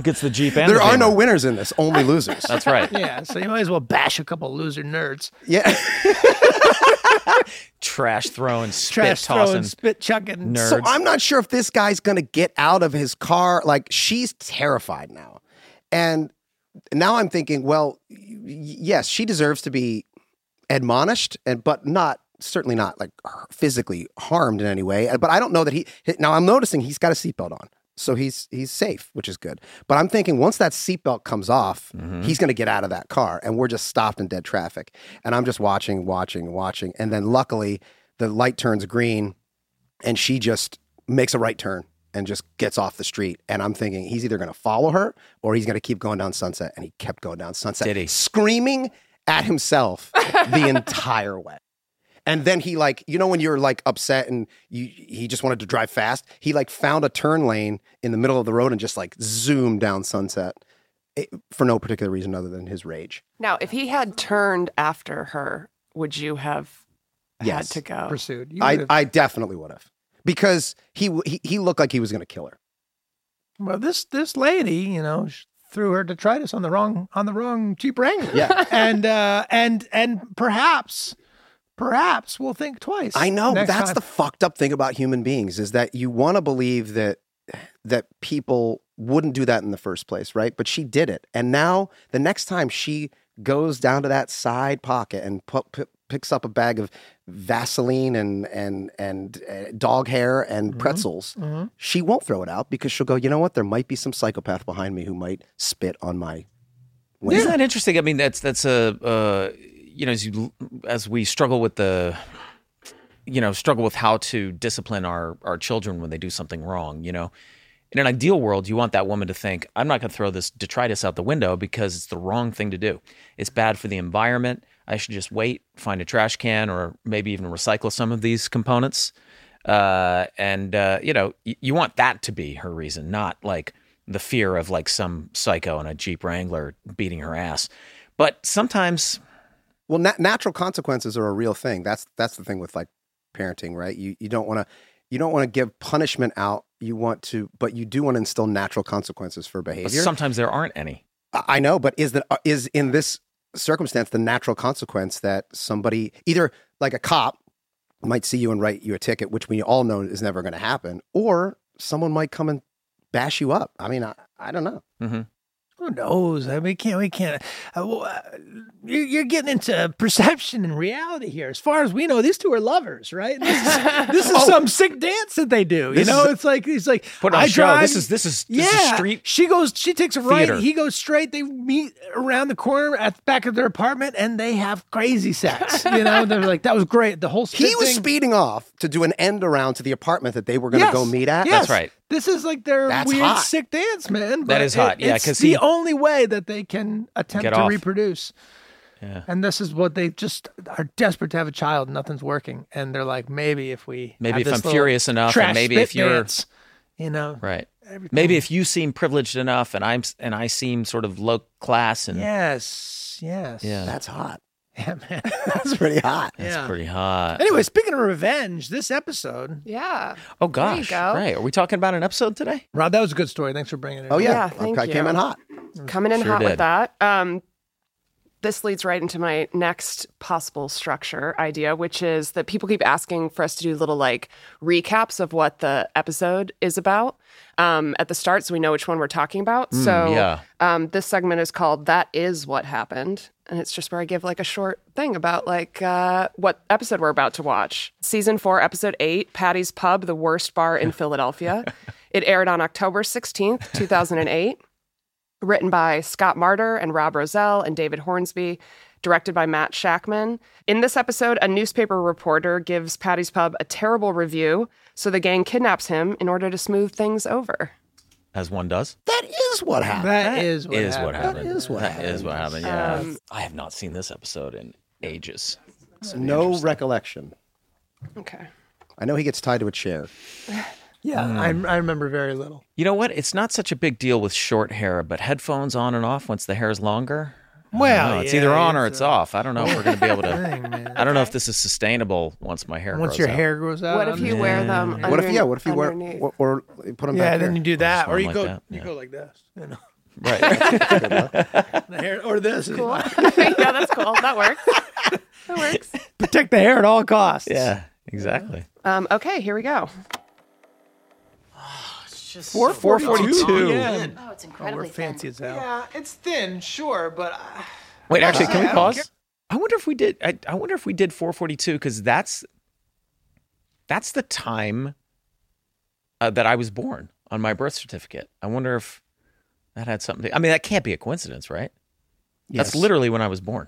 Speaker 5: gets the jeep. And
Speaker 2: Uh, There
Speaker 5: the
Speaker 2: are no
Speaker 5: payment.
Speaker 2: winners in this, only losers.
Speaker 5: That's right.
Speaker 4: yeah, so you might as well bash a couple loser nerds.
Speaker 2: yeah.
Speaker 5: Trash throwing, spit
Speaker 4: Trash throwing,
Speaker 5: tossing.
Speaker 4: spit chucking.
Speaker 5: Nerd.
Speaker 2: So I'm not sure if this guy's going to get out of his car. Like she's terrified now. And now I'm thinking, well, y- yes, she deserves to be admonished and but not certainly not like h- physically harmed in any way. Uh, But I don't know that he he- now I'm noticing he's got a seatbelt on. So he's he's safe, which is good. But I'm thinking once that seatbelt comes off, he's going to get out of that car and we're just stopped in dead traffic. And I'm just watching, watching, watching and then luckily the light turns green and she just makes a right turn and just gets off the street. And I'm thinking he's either going to follow her or he's going to keep going down Sunset. And he kept going down Sunset,
Speaker 5: Did he?
Speaker 2: screaming at himself the entire way. And then he like, you know, when you're like upset and you, he just wanted to drive fast, he like found a turn lane in the middle of the road and just like zoomed down Sunset eh, for no particular reason other than his rage.
Speaker 3: Now, if he had turned after her, would you have
Speaker 2: Yes.
Speaker 3: had to go?
Speaker 4: pursued. You
Speaker 2: I,
Speaker 4: would've-
Speaker 2: I definitely would have because he, w- he he looked like he was going to kill her.
Speaker 4: well, this this lady, you know, sh- threw her detritus on the wrong on the wrong Jeep Wrangler.
Speaker 2: Yeah.
Speaker 4: and uh, and and perhaps perhaps we'll think twice.
Speaker 2: I know
Speaker 4: next
Speaker 2: that's
Speaker 4: time.
Speaker 2: the fucked up thing about human beings is that you want to believe that that people wouldn't do that in the first place, right? But she did it, and now the next time she goes down to that side pocket and pu- pu- picks up a bag of Vaseline and and and uh, dog hair
Speaker 4: Mm-hmm.
Speaker 2: and pretzels, she won't throw it out because she'll go, you know what? There might be some psychopath behind me who might spit on my.
Speaker 5: Isn't that interesting? I mean, that's that's a uh, you know as you as we struggle with the you know struggle with how to discipline our our children when they do something wrong. You know, in an ideal world, you want that woman to think, "I'm not going to throw this detritus out the window because it's the wrong thing to do. It's bad for the environment. I should just wait, find a trash can, or maybe even recycle some of these components." Uh, and uh, you know, y- you want that to be her reason, not like the fear of like some psycho in a Jeep Wrangler beating her ass. But sometimes,
Speaker 2: Well, nat- natural consequences are a real thing. That's that's the thing with like parenting, right? You you don't want to you don't want to give punishment out. You want to, but you do want to instill natural consequences for
Speaker 5: but
Speaker 2: behavior.
Speaker 5: sometimes there aren't any.
Speaker 2: I I know, but is that uh, is in this circumstance the natural consequence that somebody either like a cop might see you and write you a ticket, which we all know is never going to happen, or someone might come and bash you up. I mean, I, I don't know.
Speaker 4: Who knows? I mean, we can't. We can't. Uh, well, uh, you- you're getting into perception and reality here. As far as we know, these two are lovers, right? This is, this is some sick dance that they do. You
Speaker 5: Oh. This
Speaker 4: know,
Speaker 5: is-
Speaker 4: it's like it's like
Speaker 5: Put on
Speaker 4: I
Speaker 5: a show.
Speaker 4: drive.
Speaker 5: This is this is
Speaker 4: yeah.
Speaker 5: this is street.
Speaker 4: she goes. She takes a right.
Speaker 5: theater.
Speaker 4: He goes straight. They meet around the corner at the back of their apartment, and they have crazy sex. you know, they're like, "That was great." The whole
Speaker 2: He
Speaker 4: spit
Speaker 2: was
Speaker 4: thing.
Speaker 2: speeding off to do an end around to the apartment that they were going to
Speaker 4: Yes.
Speaker 2: go meet at.
Speaker 4: Yes.
Speaker 5: That's right.
Speaker 4: This is like their
Speaker 2: That's
Speaker 4: weird
Speaker 2: hot.
Speaker 4: sick dance, man. but
Speaker 5: is hot. Yeah,
Speaker 4: it's
Speaker 5: 'cause
Speaker 4: the
Speaker 5: he-
Speaker 4: only way that they can attempt
Speaker 5: Get
Speaker 4: to
Speaker 5: off.
Speaker 4: reproduce.
Speaker 5: Yeah.
Speaker 4: And this is what they just are desperate to have a child. and Nothing's working, and they're like, maybe if we
Speaker 5: Maybe
Speaker 4: have
Speaker 5: if
Speaker 4: this
Speaker 5: I'm
Speaker 4: little
Speaker 5: furious enough,
Speaker 4: trash
Speaker 5: and maybe if
Speaker 4: spit
Speaker 5: you're
Speaker 4: dance, you know,
Speaker 5: right,
Speaker 4: everything-
Speaker 5: maybe if you seem privileged enough, and I'm and I seem sort of low class, and
Speaker 4: yes, yes,
Speaker 5: Yeah.
Speaker 2: That's hot.
Speaker 4: yeah, man.
Speaker 2: That's pretty hot.
Speaker 5: that's
Speaker 4: yeah.
Speaker 5: pretty hot.
Speaker 4: Anyway, speaking of revenge, this episode,
Speaker 3: Yeah.
Speaker 5: Oh gosh,
Speaker 3: go.
Speaker 5: right? Are we talking about an episode today?
Speaker 4: Rob, that was a good story. Thanks for bringing it.
Speaker 2: Oh
Speaker 4: up.
Speaker 2: yeah,
Speaker 3: Yeah, thank
Speaker 2: I came
Speaker 3: you.
Speaker 2: in hot.
Speaker 3: Coming in
Speaker 5: Sure
Speaker 3: hot
Speaker 5: did.
Speaker 3: with that. Um, this leads right into my next possible structure idea, which is that people keep asking for us to do little like recaps of what the episode is about um, at the start so we know which one we're talking about. so
Speaker 5: Hmm, yeah.
Speaker 3: um, this segment is called That Is What Happened. And it's just where I give like a short thing about like uh, what episode we're about to watch. Season four, episode eight, Patty's Pub, the worst bar in Philadelphia. it aired on October 16th, 2008 written by Scott Martyr and Rob Rosell and David Hornsby, directed by Matt Shackman. In this episode, a newspaper reporter gives Patty's Pub a terrible review, so the gang kidnaps him in order to smooth things over.
Speaker 5: As one does.
Speaker 2: That is what happened.
Speaker 4: that is what
Speaker 5: is
Speaker 4: happened. Um,
Speaker 5: what happened.
Speaker 2: is what
Speaker 5: That is what happened. Yeah, I have not seen this episode in ages.
Speaker 2: no recollection.
Speaker 3: Okay.
Speaker 2: I know he gets tied to a chair.
Speaker 4: Yeah,
Speaker 5: Mm.
Speaker 4: I, I remember very little.
Speaker 5: You know what? It's not such a big deal with short hair, but headphones on and off once the hair is longer. I don't
Speaker 4: Well,
Speaker 5: know. it's
Speaker 4: yeah,
Speaker 5: either on or
Speaker 4: it's
Speaker 5: it's off. I don't know if we're going to be able to.
Speaker 4: Dang, man.
Speaker 5: I don't know if this is sustainable once my hair.
Speaker 4: Once
Speaker 5: grows
Speaker 4: your
Speaker 5: out.
Speaker 4: hair grows out,
Speaker 3: What if you
Speaker 4: I'm-
Speaker 3: wear them?
Speaker 2: What if
Speaker 3: under-
Speaker 2: Um, yeah? What if you wear
Speaker 3: underneath?
Speaker 2: or, or put him
Speaker 4: Yeah,
Speaker 2: back
Speaker 4: then
Speaker 2: there?
Speaker 4: you do that,
Speaker 5: wear
Speaker 4: or
Speaker 5: 'em
Speaker 4: you
Speaker 5: like
Speaker 4: go,
Speaker 5: that,
Speaker 4: you
Speaker 5: yeah.
Speaker 4: go like this, you know,
Speaker 5: right?
Speaker 4: the hair or this.
Speaker 3: Cool. yeah, that's cool. That works. That works.
Speaker 4: Protect the hair at all costs.
Speaker 5: yeah, exactly.
Speaker 3: Um, okay, here we go.
Speaker 2: Four
Speaker 5: Four forty-two.
Speaker 4: Yeah.
Speaker 6: Oh, it's
Speaker 4: Oh, we're
Speaker 6: incredibly thin.
Speaker 4: fancy as hell.
Speaker 7: Yeah, it's thin, sure, but I,
Speaker 5: Wait, actually, can we
Speaker 7: I don't
Speaker 5: pause? I wonder if we did. I, I wonder if we did four forty-two because that's that's the time uh, that I was born on my birth certificate. I wonder if that had something. to I mean, that can't be a coincidence, right? That's literally when I was born.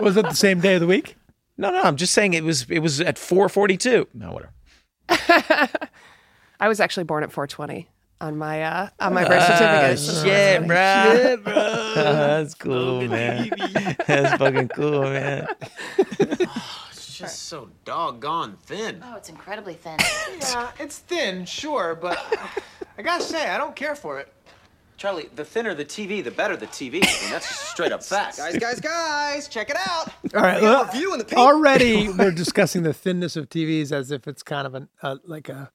Speaker 4: Was it the same day of the week?
Speaker 5: No, no, I'm just saying it was it was at 4:42. No, whatever.
Speaker 3: I was actually born at 420 on my uh, on my
Speaker 2: Ah,
Speaker 3: birth certificate.
Speaker 5: yeah, bro. That's cool, man. That's fucking cool, man.
Speaker 7: It's just so doggone thin.
Speaker 6: Oh, it's incredibly thin.
Speaker 7: Yeah, it's thin, sure, but I, I gotta say, I don't care for it.
Speaker 8: Charlie, the thinner the TV, the better the TV. I mean, that's just straight up fact.
Speaker 7: Guys, guys, guys, check it out.
Speaker 4: All right.
Speaker 7: got a
Speaker 4: well,
Speaker 7: review in the paper.
Speaker 4: already, we're discussing the thinness of TVs as if it's kind of an, uh, like a,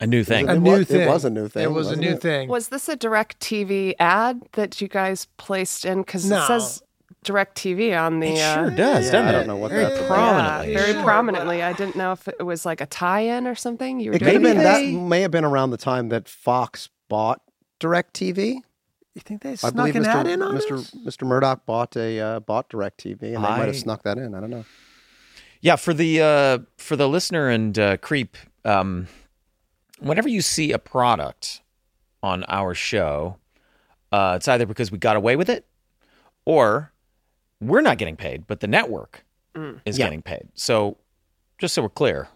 Speaker 5: A new
Speaker 2: It
Speaker 5: thing.
Speaker 4: a
Speaker 2: wa-
Speaker 4: new
Speaker 2: it
Speaker 4: thing.
Speaker 2: was a new thing,
Speaker 4: It was a
Speaker 2: wasn't
Speaker 4: new
Speaker 2: it?
Speaker 4: thing.
Speaker 3: Was this a Direct TV ad that you guys placed in? Because
Speaker 4: No.
Speaker 3: it says Direct TV on the. uh,
Speaker 5: does,
Speaker 2: Yeah, I don't know what
Speaker 5: Very
Speaker 2: that-
Speaker 5: prominently.
Speaker 3: yeah, very
Speaker 7: Sure,
Speaker 3: prominently. I didn't know if it was like a tie-in or something. You were
Speaker 2: It could
Speaker 3: doing
Speaker 2: have been
Speaker 3: it?
Speaker 2: that may have been around the time that Fox bought DirecTV.
Speaker 4: you think they
Speaker 2: I
Speaker 4: snuck
Speaker 2: believe
Speaker 4: an
Speaker 2: Mr.
Speaker 4: ad in on
Speaker 2: Mr.
Speaker 4: us?
Speaker 2: Mr. Murdoch bought a uh, bought DirecTV, and they might
Speaker 5: I-
Speaker 2: have snuck that in. I don't know.
Speaker 5: Yeah, for the uh, for the listener and uh, creep, um, whenever you see a product on our show, uh, it's either because we got away with it, or we're not getting paid, but the network is
Speaker 2: Mm. Yeah.
Speaker 5: getting paid. So, just so we're clear,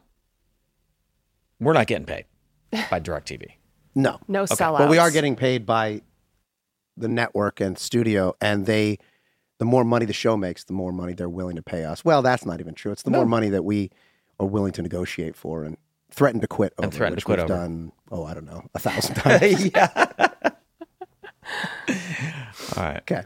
Speaker 5: we're not getting paid by Directv.
Speaker 2: No,
Speaker 3: No sellouts.
Speaker 2: but we are getting paid by the network and studio, and they. The more money the show makes, the more money they're willing to pay us. Well, that's not even true. It's the more money that we are willing to negotiate for and threaten to quit over,
Speaker 5: threaten to
Speaker 2: which
Speaker 5: quit
Speaker 2: we've
Speaker 5: over.
Speaker 2: done. Oh, I don't know, a thousand times.
Speaker 5: All right.
Speaker 2: Okay.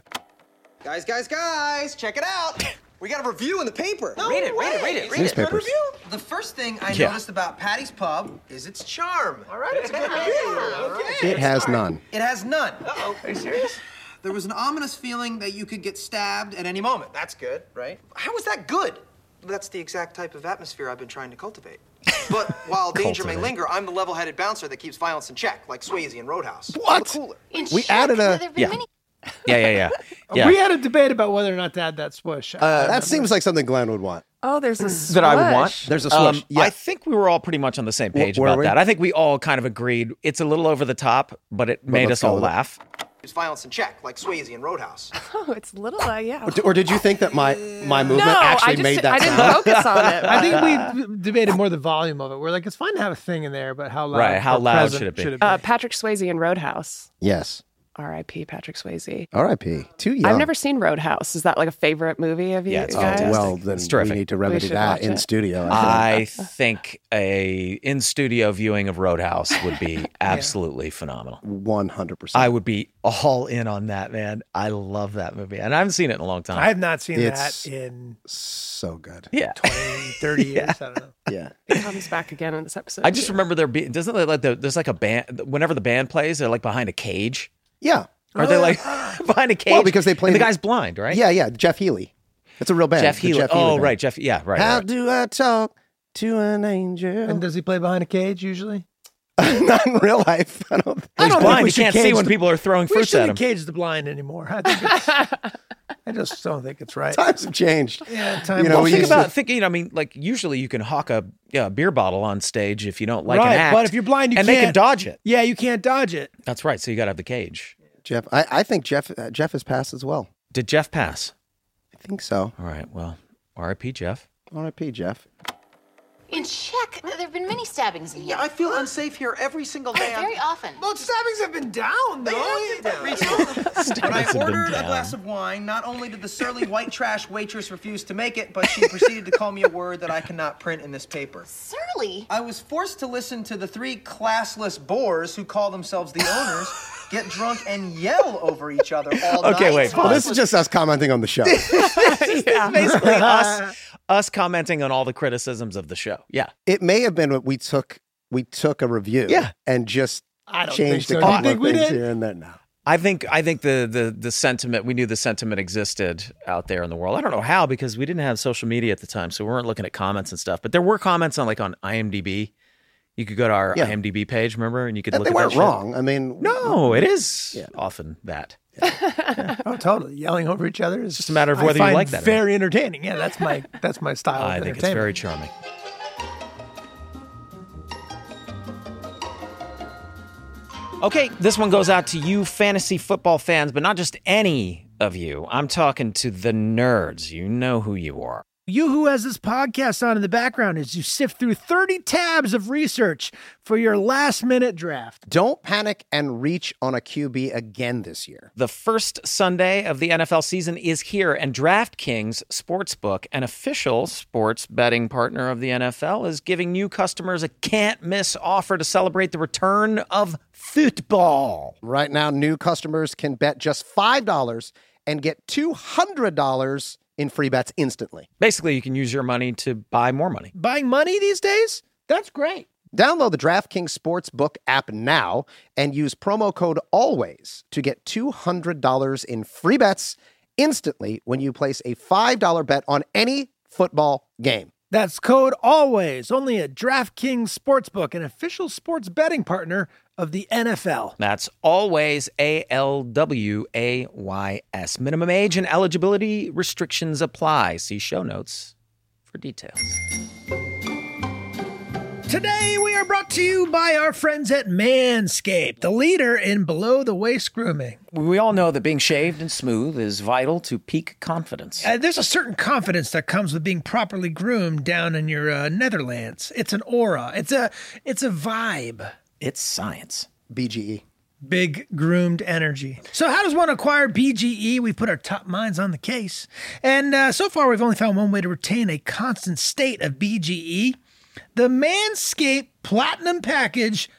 Speaker 7: Guys, guys, guys, check it out. We got a review in the paper. No
Speaker 8: Read it,
Speaker 7: way.
Speaker 8: read it, read it, read it.
Speaker 2: Newspapers.
Speaker 7: Review? The first thing I
Speaker 5: Yeah.
Speaker 7: noticed about Patty's Pub is its charm. All right, it's a good review. Okay.
Speaker 2: It has none.
Speaker 7: It has none. Uh-oh. Are you serious? There was an ominous feeling that you could get stabbed at any moment. That's good, right? How is that good?
Speaker 9: That's the exact type of atmosphere I've been trying to cultivate. But while danger may
Speaker 5: Cultivate.
Speaker 9: linger, I'm the level-headed bouncer that keeps violence in check, like Swayze and Roadhouse.
Speaker 2: What?
Speaker 9: cooler.
Speaker 2: We added a-
Speaker 5: Yeah. Yeah, yeah, yeah. Yeah.
Speaker 4: We had a debate about whether or not to add that swoosh.
Speaker 2: Uh, that seems like something Glenn would want.
Speaker 3: Oh, there's a swish.
Speaker 5: that I would want.
Speaker 2: There's a swoosh.
Speaker 5: Um,
Speaker 2: yeah.
Speaker 5: I think we were all pretty much on the same page
Speaker 2: were
Speaker 5: about
Speaker 2: we?
Speaker 5: that. I think we all kind of agreed. It's a little over the top, but it made
Speaker 2: let's
Speaker 5: us
Speaker 2: go
Speaker 5: all
Speaker 2: with it.
Speaker 5: laugh.
Speaker 9: Keeps violence in check, like Swayze and Roadhouse.
Speaker 3: Oh, it's little. Uh, yeah.
Speaker 2: D- or did you think that my my
Speaker 3: No,
Speaker 2: movement
Speaker 3: I
Speaker 2: actually
Speaker 3: just
Speaker 2: made that
Speaker 3: I didn't
Speaker 2: sound?
Speaker 3: focus on it.
Speaker 4: I think we debated more the volume of it. We're like, it's fine to have a thing in there, but how loud?
Speaker 5: Right, how
Speaker 4: or
Speaker 5: loud
Speaker 4: present
Speaker 5: should it be?
Speaker 3: uh, Patrick Swayze in Roadhouse.
Speaker 2: Yes.
Speaker 3: R.I.P. Patrick Swayze.
Speaker 2: R.I.P. Too young.
Speaker 3: I've never seen Roadhouse. Is that like a favorite movie of you
Speaker 5: Yeah, it's
Speaker 2: Oh,
Speaker 3: guys?
Speaker 5: fantastic.
Speaker 2: well, then
Speaker 5: It's
Speaker 2: we
Speaker 5: terrific.
Speaker 2: need to
Speaker 3: We
Speaker 2: remedy
Speaker 3: should
Speaker 2: that
Speaker 3: watch
Speaker 2: in
Speaker 3: it.
Speaker 2: studio. I
Speaker 5: I think a in studio viewing of Roadhouse would be absolutely phenomenal.
Speaker 2: One hundred percent.
Speaker 5: I would be all in on that, man. I love that movie, and I haven't seen it in a long time.
Speaker 4: I have not seen
Speaker 2: It's-
Speaker 4: that in
Speaker 2: So good.
Speaker 5: yeah,
Speaker 4: 20, 30 years. I don't know.
Speaker 2: Yeah.
Speaker 3: It comes back again in this episode.
Speaker 5: I just remember there be doesn't there like the, there's like a band whenever the band plays they're like behind a cage.
Speaker 2: Yeah.
Speaker 5: Are they like behind a cage?
Speaker 2: Well, because they play
Speaker 5: and the
Speaker 2: the-
Speaker 5: guy's blind, right?
Speaker 2: Yeah. Yeah. Jeff Healy. It's a real band.
Speaker 5: Jeff
Speaker 2: the
Speaker 5: Healy. oh,
Speaker 2: band.
Speaker 5: right, Jeff. Yeah, right.
Speaker 2: How
Speaker 5: right.
Speaker 2: do I talk to an angel?
Speaker 4: And does he play behind a cage usually?
Speaker 2: Not in real life. I don't.
Speaker 5: I
Speaker 4: He's blind,
Speaker 5: don't blind.
Speaker 4: we
Speaker 5: He
Speaker 4: should
Speaker 5: can't see
Speaker 4: cage
Speaker 5: when
Speaker 4: the-
Speaker 5: people are throwing
Speaker 4: We
Speaker 5: fruits at him.
Speaker 4: shouldn't cage the blind anymore. I, think it's- I just don't think it's right.
Speaker 2: Times have changed.
Speaker 4: Yeah,
Speaker 2: You
Speaker 4: time
Speaker 2: know,
Speaker 4: will
Speaker 5: Well,
Speaker 2: we
Speaker 5: think
Speaker 4: change.
Speaker 2: used to-
Speaker 5: about thinking. I mean, like usually you can hawk a yeah, a beer bottle on stage if you don't like
Speaker 4: Right,
Speaker 5: an act.
Speaker 4: but if you're blind, you
Speaker 5: and they can
Speaker 4: can't.
Speaker 5: dodge it.
Speaker 4: Yeah, you can't dodge it.
Speaker 5: That's right. So you got to have the cage.
Speaker 2: Jeff. I, I think Jeff. Uh, Jeff has passed as well.
Speaker 5: Did Jeff pass?
Speaker 2: I think so.
Speaker 5: All right. Well, R.I.P. Jeff.
Speaker 2: R.I.P. Jeff.
Speaker 6: In Czech, there have been many stabbings in
Speaker 7: Yeah,
Speaker 6: here.
Speaker 7: I feel unsafe here every single day. I'm-
Speaker 6: very often.
Speaker 4: Well, stabbings have been down
Speaker 7: They have been down. when I
Speaker 5: have been
Speaker 7: ordered a
Speaker 5: down.
Speaker 7: glass of wine, not only did the surly white trash waitress refuse to make it, but she proceeded to call me a word that I cannot print in this paper.
Speaker 6: Surly.
Speaker 7: I was forced to listen to the three classless bores who call themselves the owners get drunk and yell over each other all night.
Speaker 5: Okay, wait,
Speaker 2: Well,
Speaker 5: Well,
Speaker 2: this is just us commenting on the show.
Speaker 5: Basically, us us commenting on all the criticisms of the show. Yeah.
Speaker 2: it may have been what we took. We took a review.
Speaker 5: Yeah.
Speaker 2: And just
Speaker 4: I don't
Speaker 2: changed
Speaker 4: think
Speaker 2: a
Speaker 4: so. Do you
Speaker 2: couple
Speaker 4: think
Speaker 2: of
Speaker 4: we
Speaker 2: things
Speaker 4: did?
Speaker 2: here and there. Now.
Speaker 5: I think I think the the the sentiment we knew the sentiment existed out there in the world. I don't know how because we didn't have social media at the time, so we weren't looking at comments and stuff. But there were comments on like on IMDb. You could go to our
Speaker 2: Yeah.
Speaker 5: IMDb page, remember, and you could
Speaker 2: And
Speaker 5: look.
Speaker 2: they
Speaker 5: at that
Speaker 2: weren't
Speaker 5: shit.
Speaker 2: wrong. I mean,
Speaker 5: No, it is
Speaker 2: Yeah.
Speaker 5: often that.
Speaker 4: Oh, totally. Yelling over each other is
Speaker 5: just a matter of
Speaker 4: I
Speaker 5: whether you
Speaker 4: find
Speaker 5: like that or not.
Speaker 4: Very entertaining. Yeah, that's my that's my style.
Speaker 5: I
Speaker 4: of
Speaker 5: think it's
Speaker 4: entertainment.
Speaker 5: very charming. Okay, this one goes out to you fantasy football fans, but not just any of you. I'm talking to the nerds. You know who you are.
Speaker 4: You who has this podcast on in the background as you sift through 30 tabs of research for your last minute draft.
Speaker 2: Don't panic and reach on a QB again this year.
Speaker 5: The first Sunday of the NFL season is here, and DraftKings Sportsbook, an official sports betting partner of the NFL, is giving new customers a can't miss offer to celebrate the return of football.
Speaker 2: Right now, new customers can bet just $5 and get $200 in free bets instantly.
Speaker 5: Basically, you can use your money to buy more money.
Speaker 4: Buying money these days? That's great.
Speaker 2: Download the DraftKings Sportsbook app now and use promo code ALWAYS to get $200 in free bets instantly when you place a $5 bet on any football game.
Speaker 4: That's code always, only at DraftKings Sportsbook, an official sports betting partner of the NFL.
Speaker 5: That's always A L W A Y S. Minimum age and eligibility restrictions apply. See show notes for details.
Speaker 4: Today, we are brought to you by our friends at Manscaped, the leader in below the waist grooming.
Speaker 5: We all know that being shaved and smooth is vital to peak confidence.
Speaker 4: Uh, there's a certain confidence that comes with being properly groomed down in your uh, Netherlands. It's an aura. It's a it's a vibe.
Speaker 5: It's science.
Speaker 2: BGE.
Speaker 4: Big groomed energy. So, how does one acquire BGE? We've put our top minds on the case. And uh, so far, we've only found one way to retain a constant state of BGE the Manscaped Platinum Package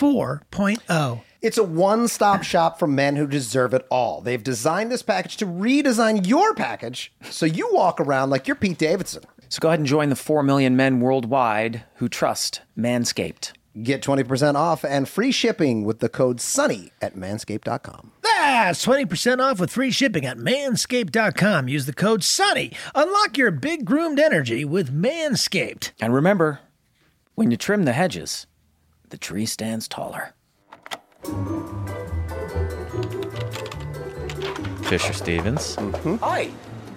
Speaker 4: oh. 4.0.
Speaker 2: It's a one stop shop for men who deserve it all. They've designed this package to redesign your package so you walk around like you're Pete Davidson.
Speaker 5: So go ahead and join the 4 million men worldwide who trust Manscaped.
Speaker 2: Get 20% off and free shipping with the code SUNNY at manscaped.com.
Speaker 4: That's 20% off with free shipping at manscaped.com. Use the code SUNNY. Unlock your big groomed energy with Manscaped.
Speaker 5: And remember, when you trim the hedges, the tree stands taller. Fisher Stevens.
Speaker 8: Hi,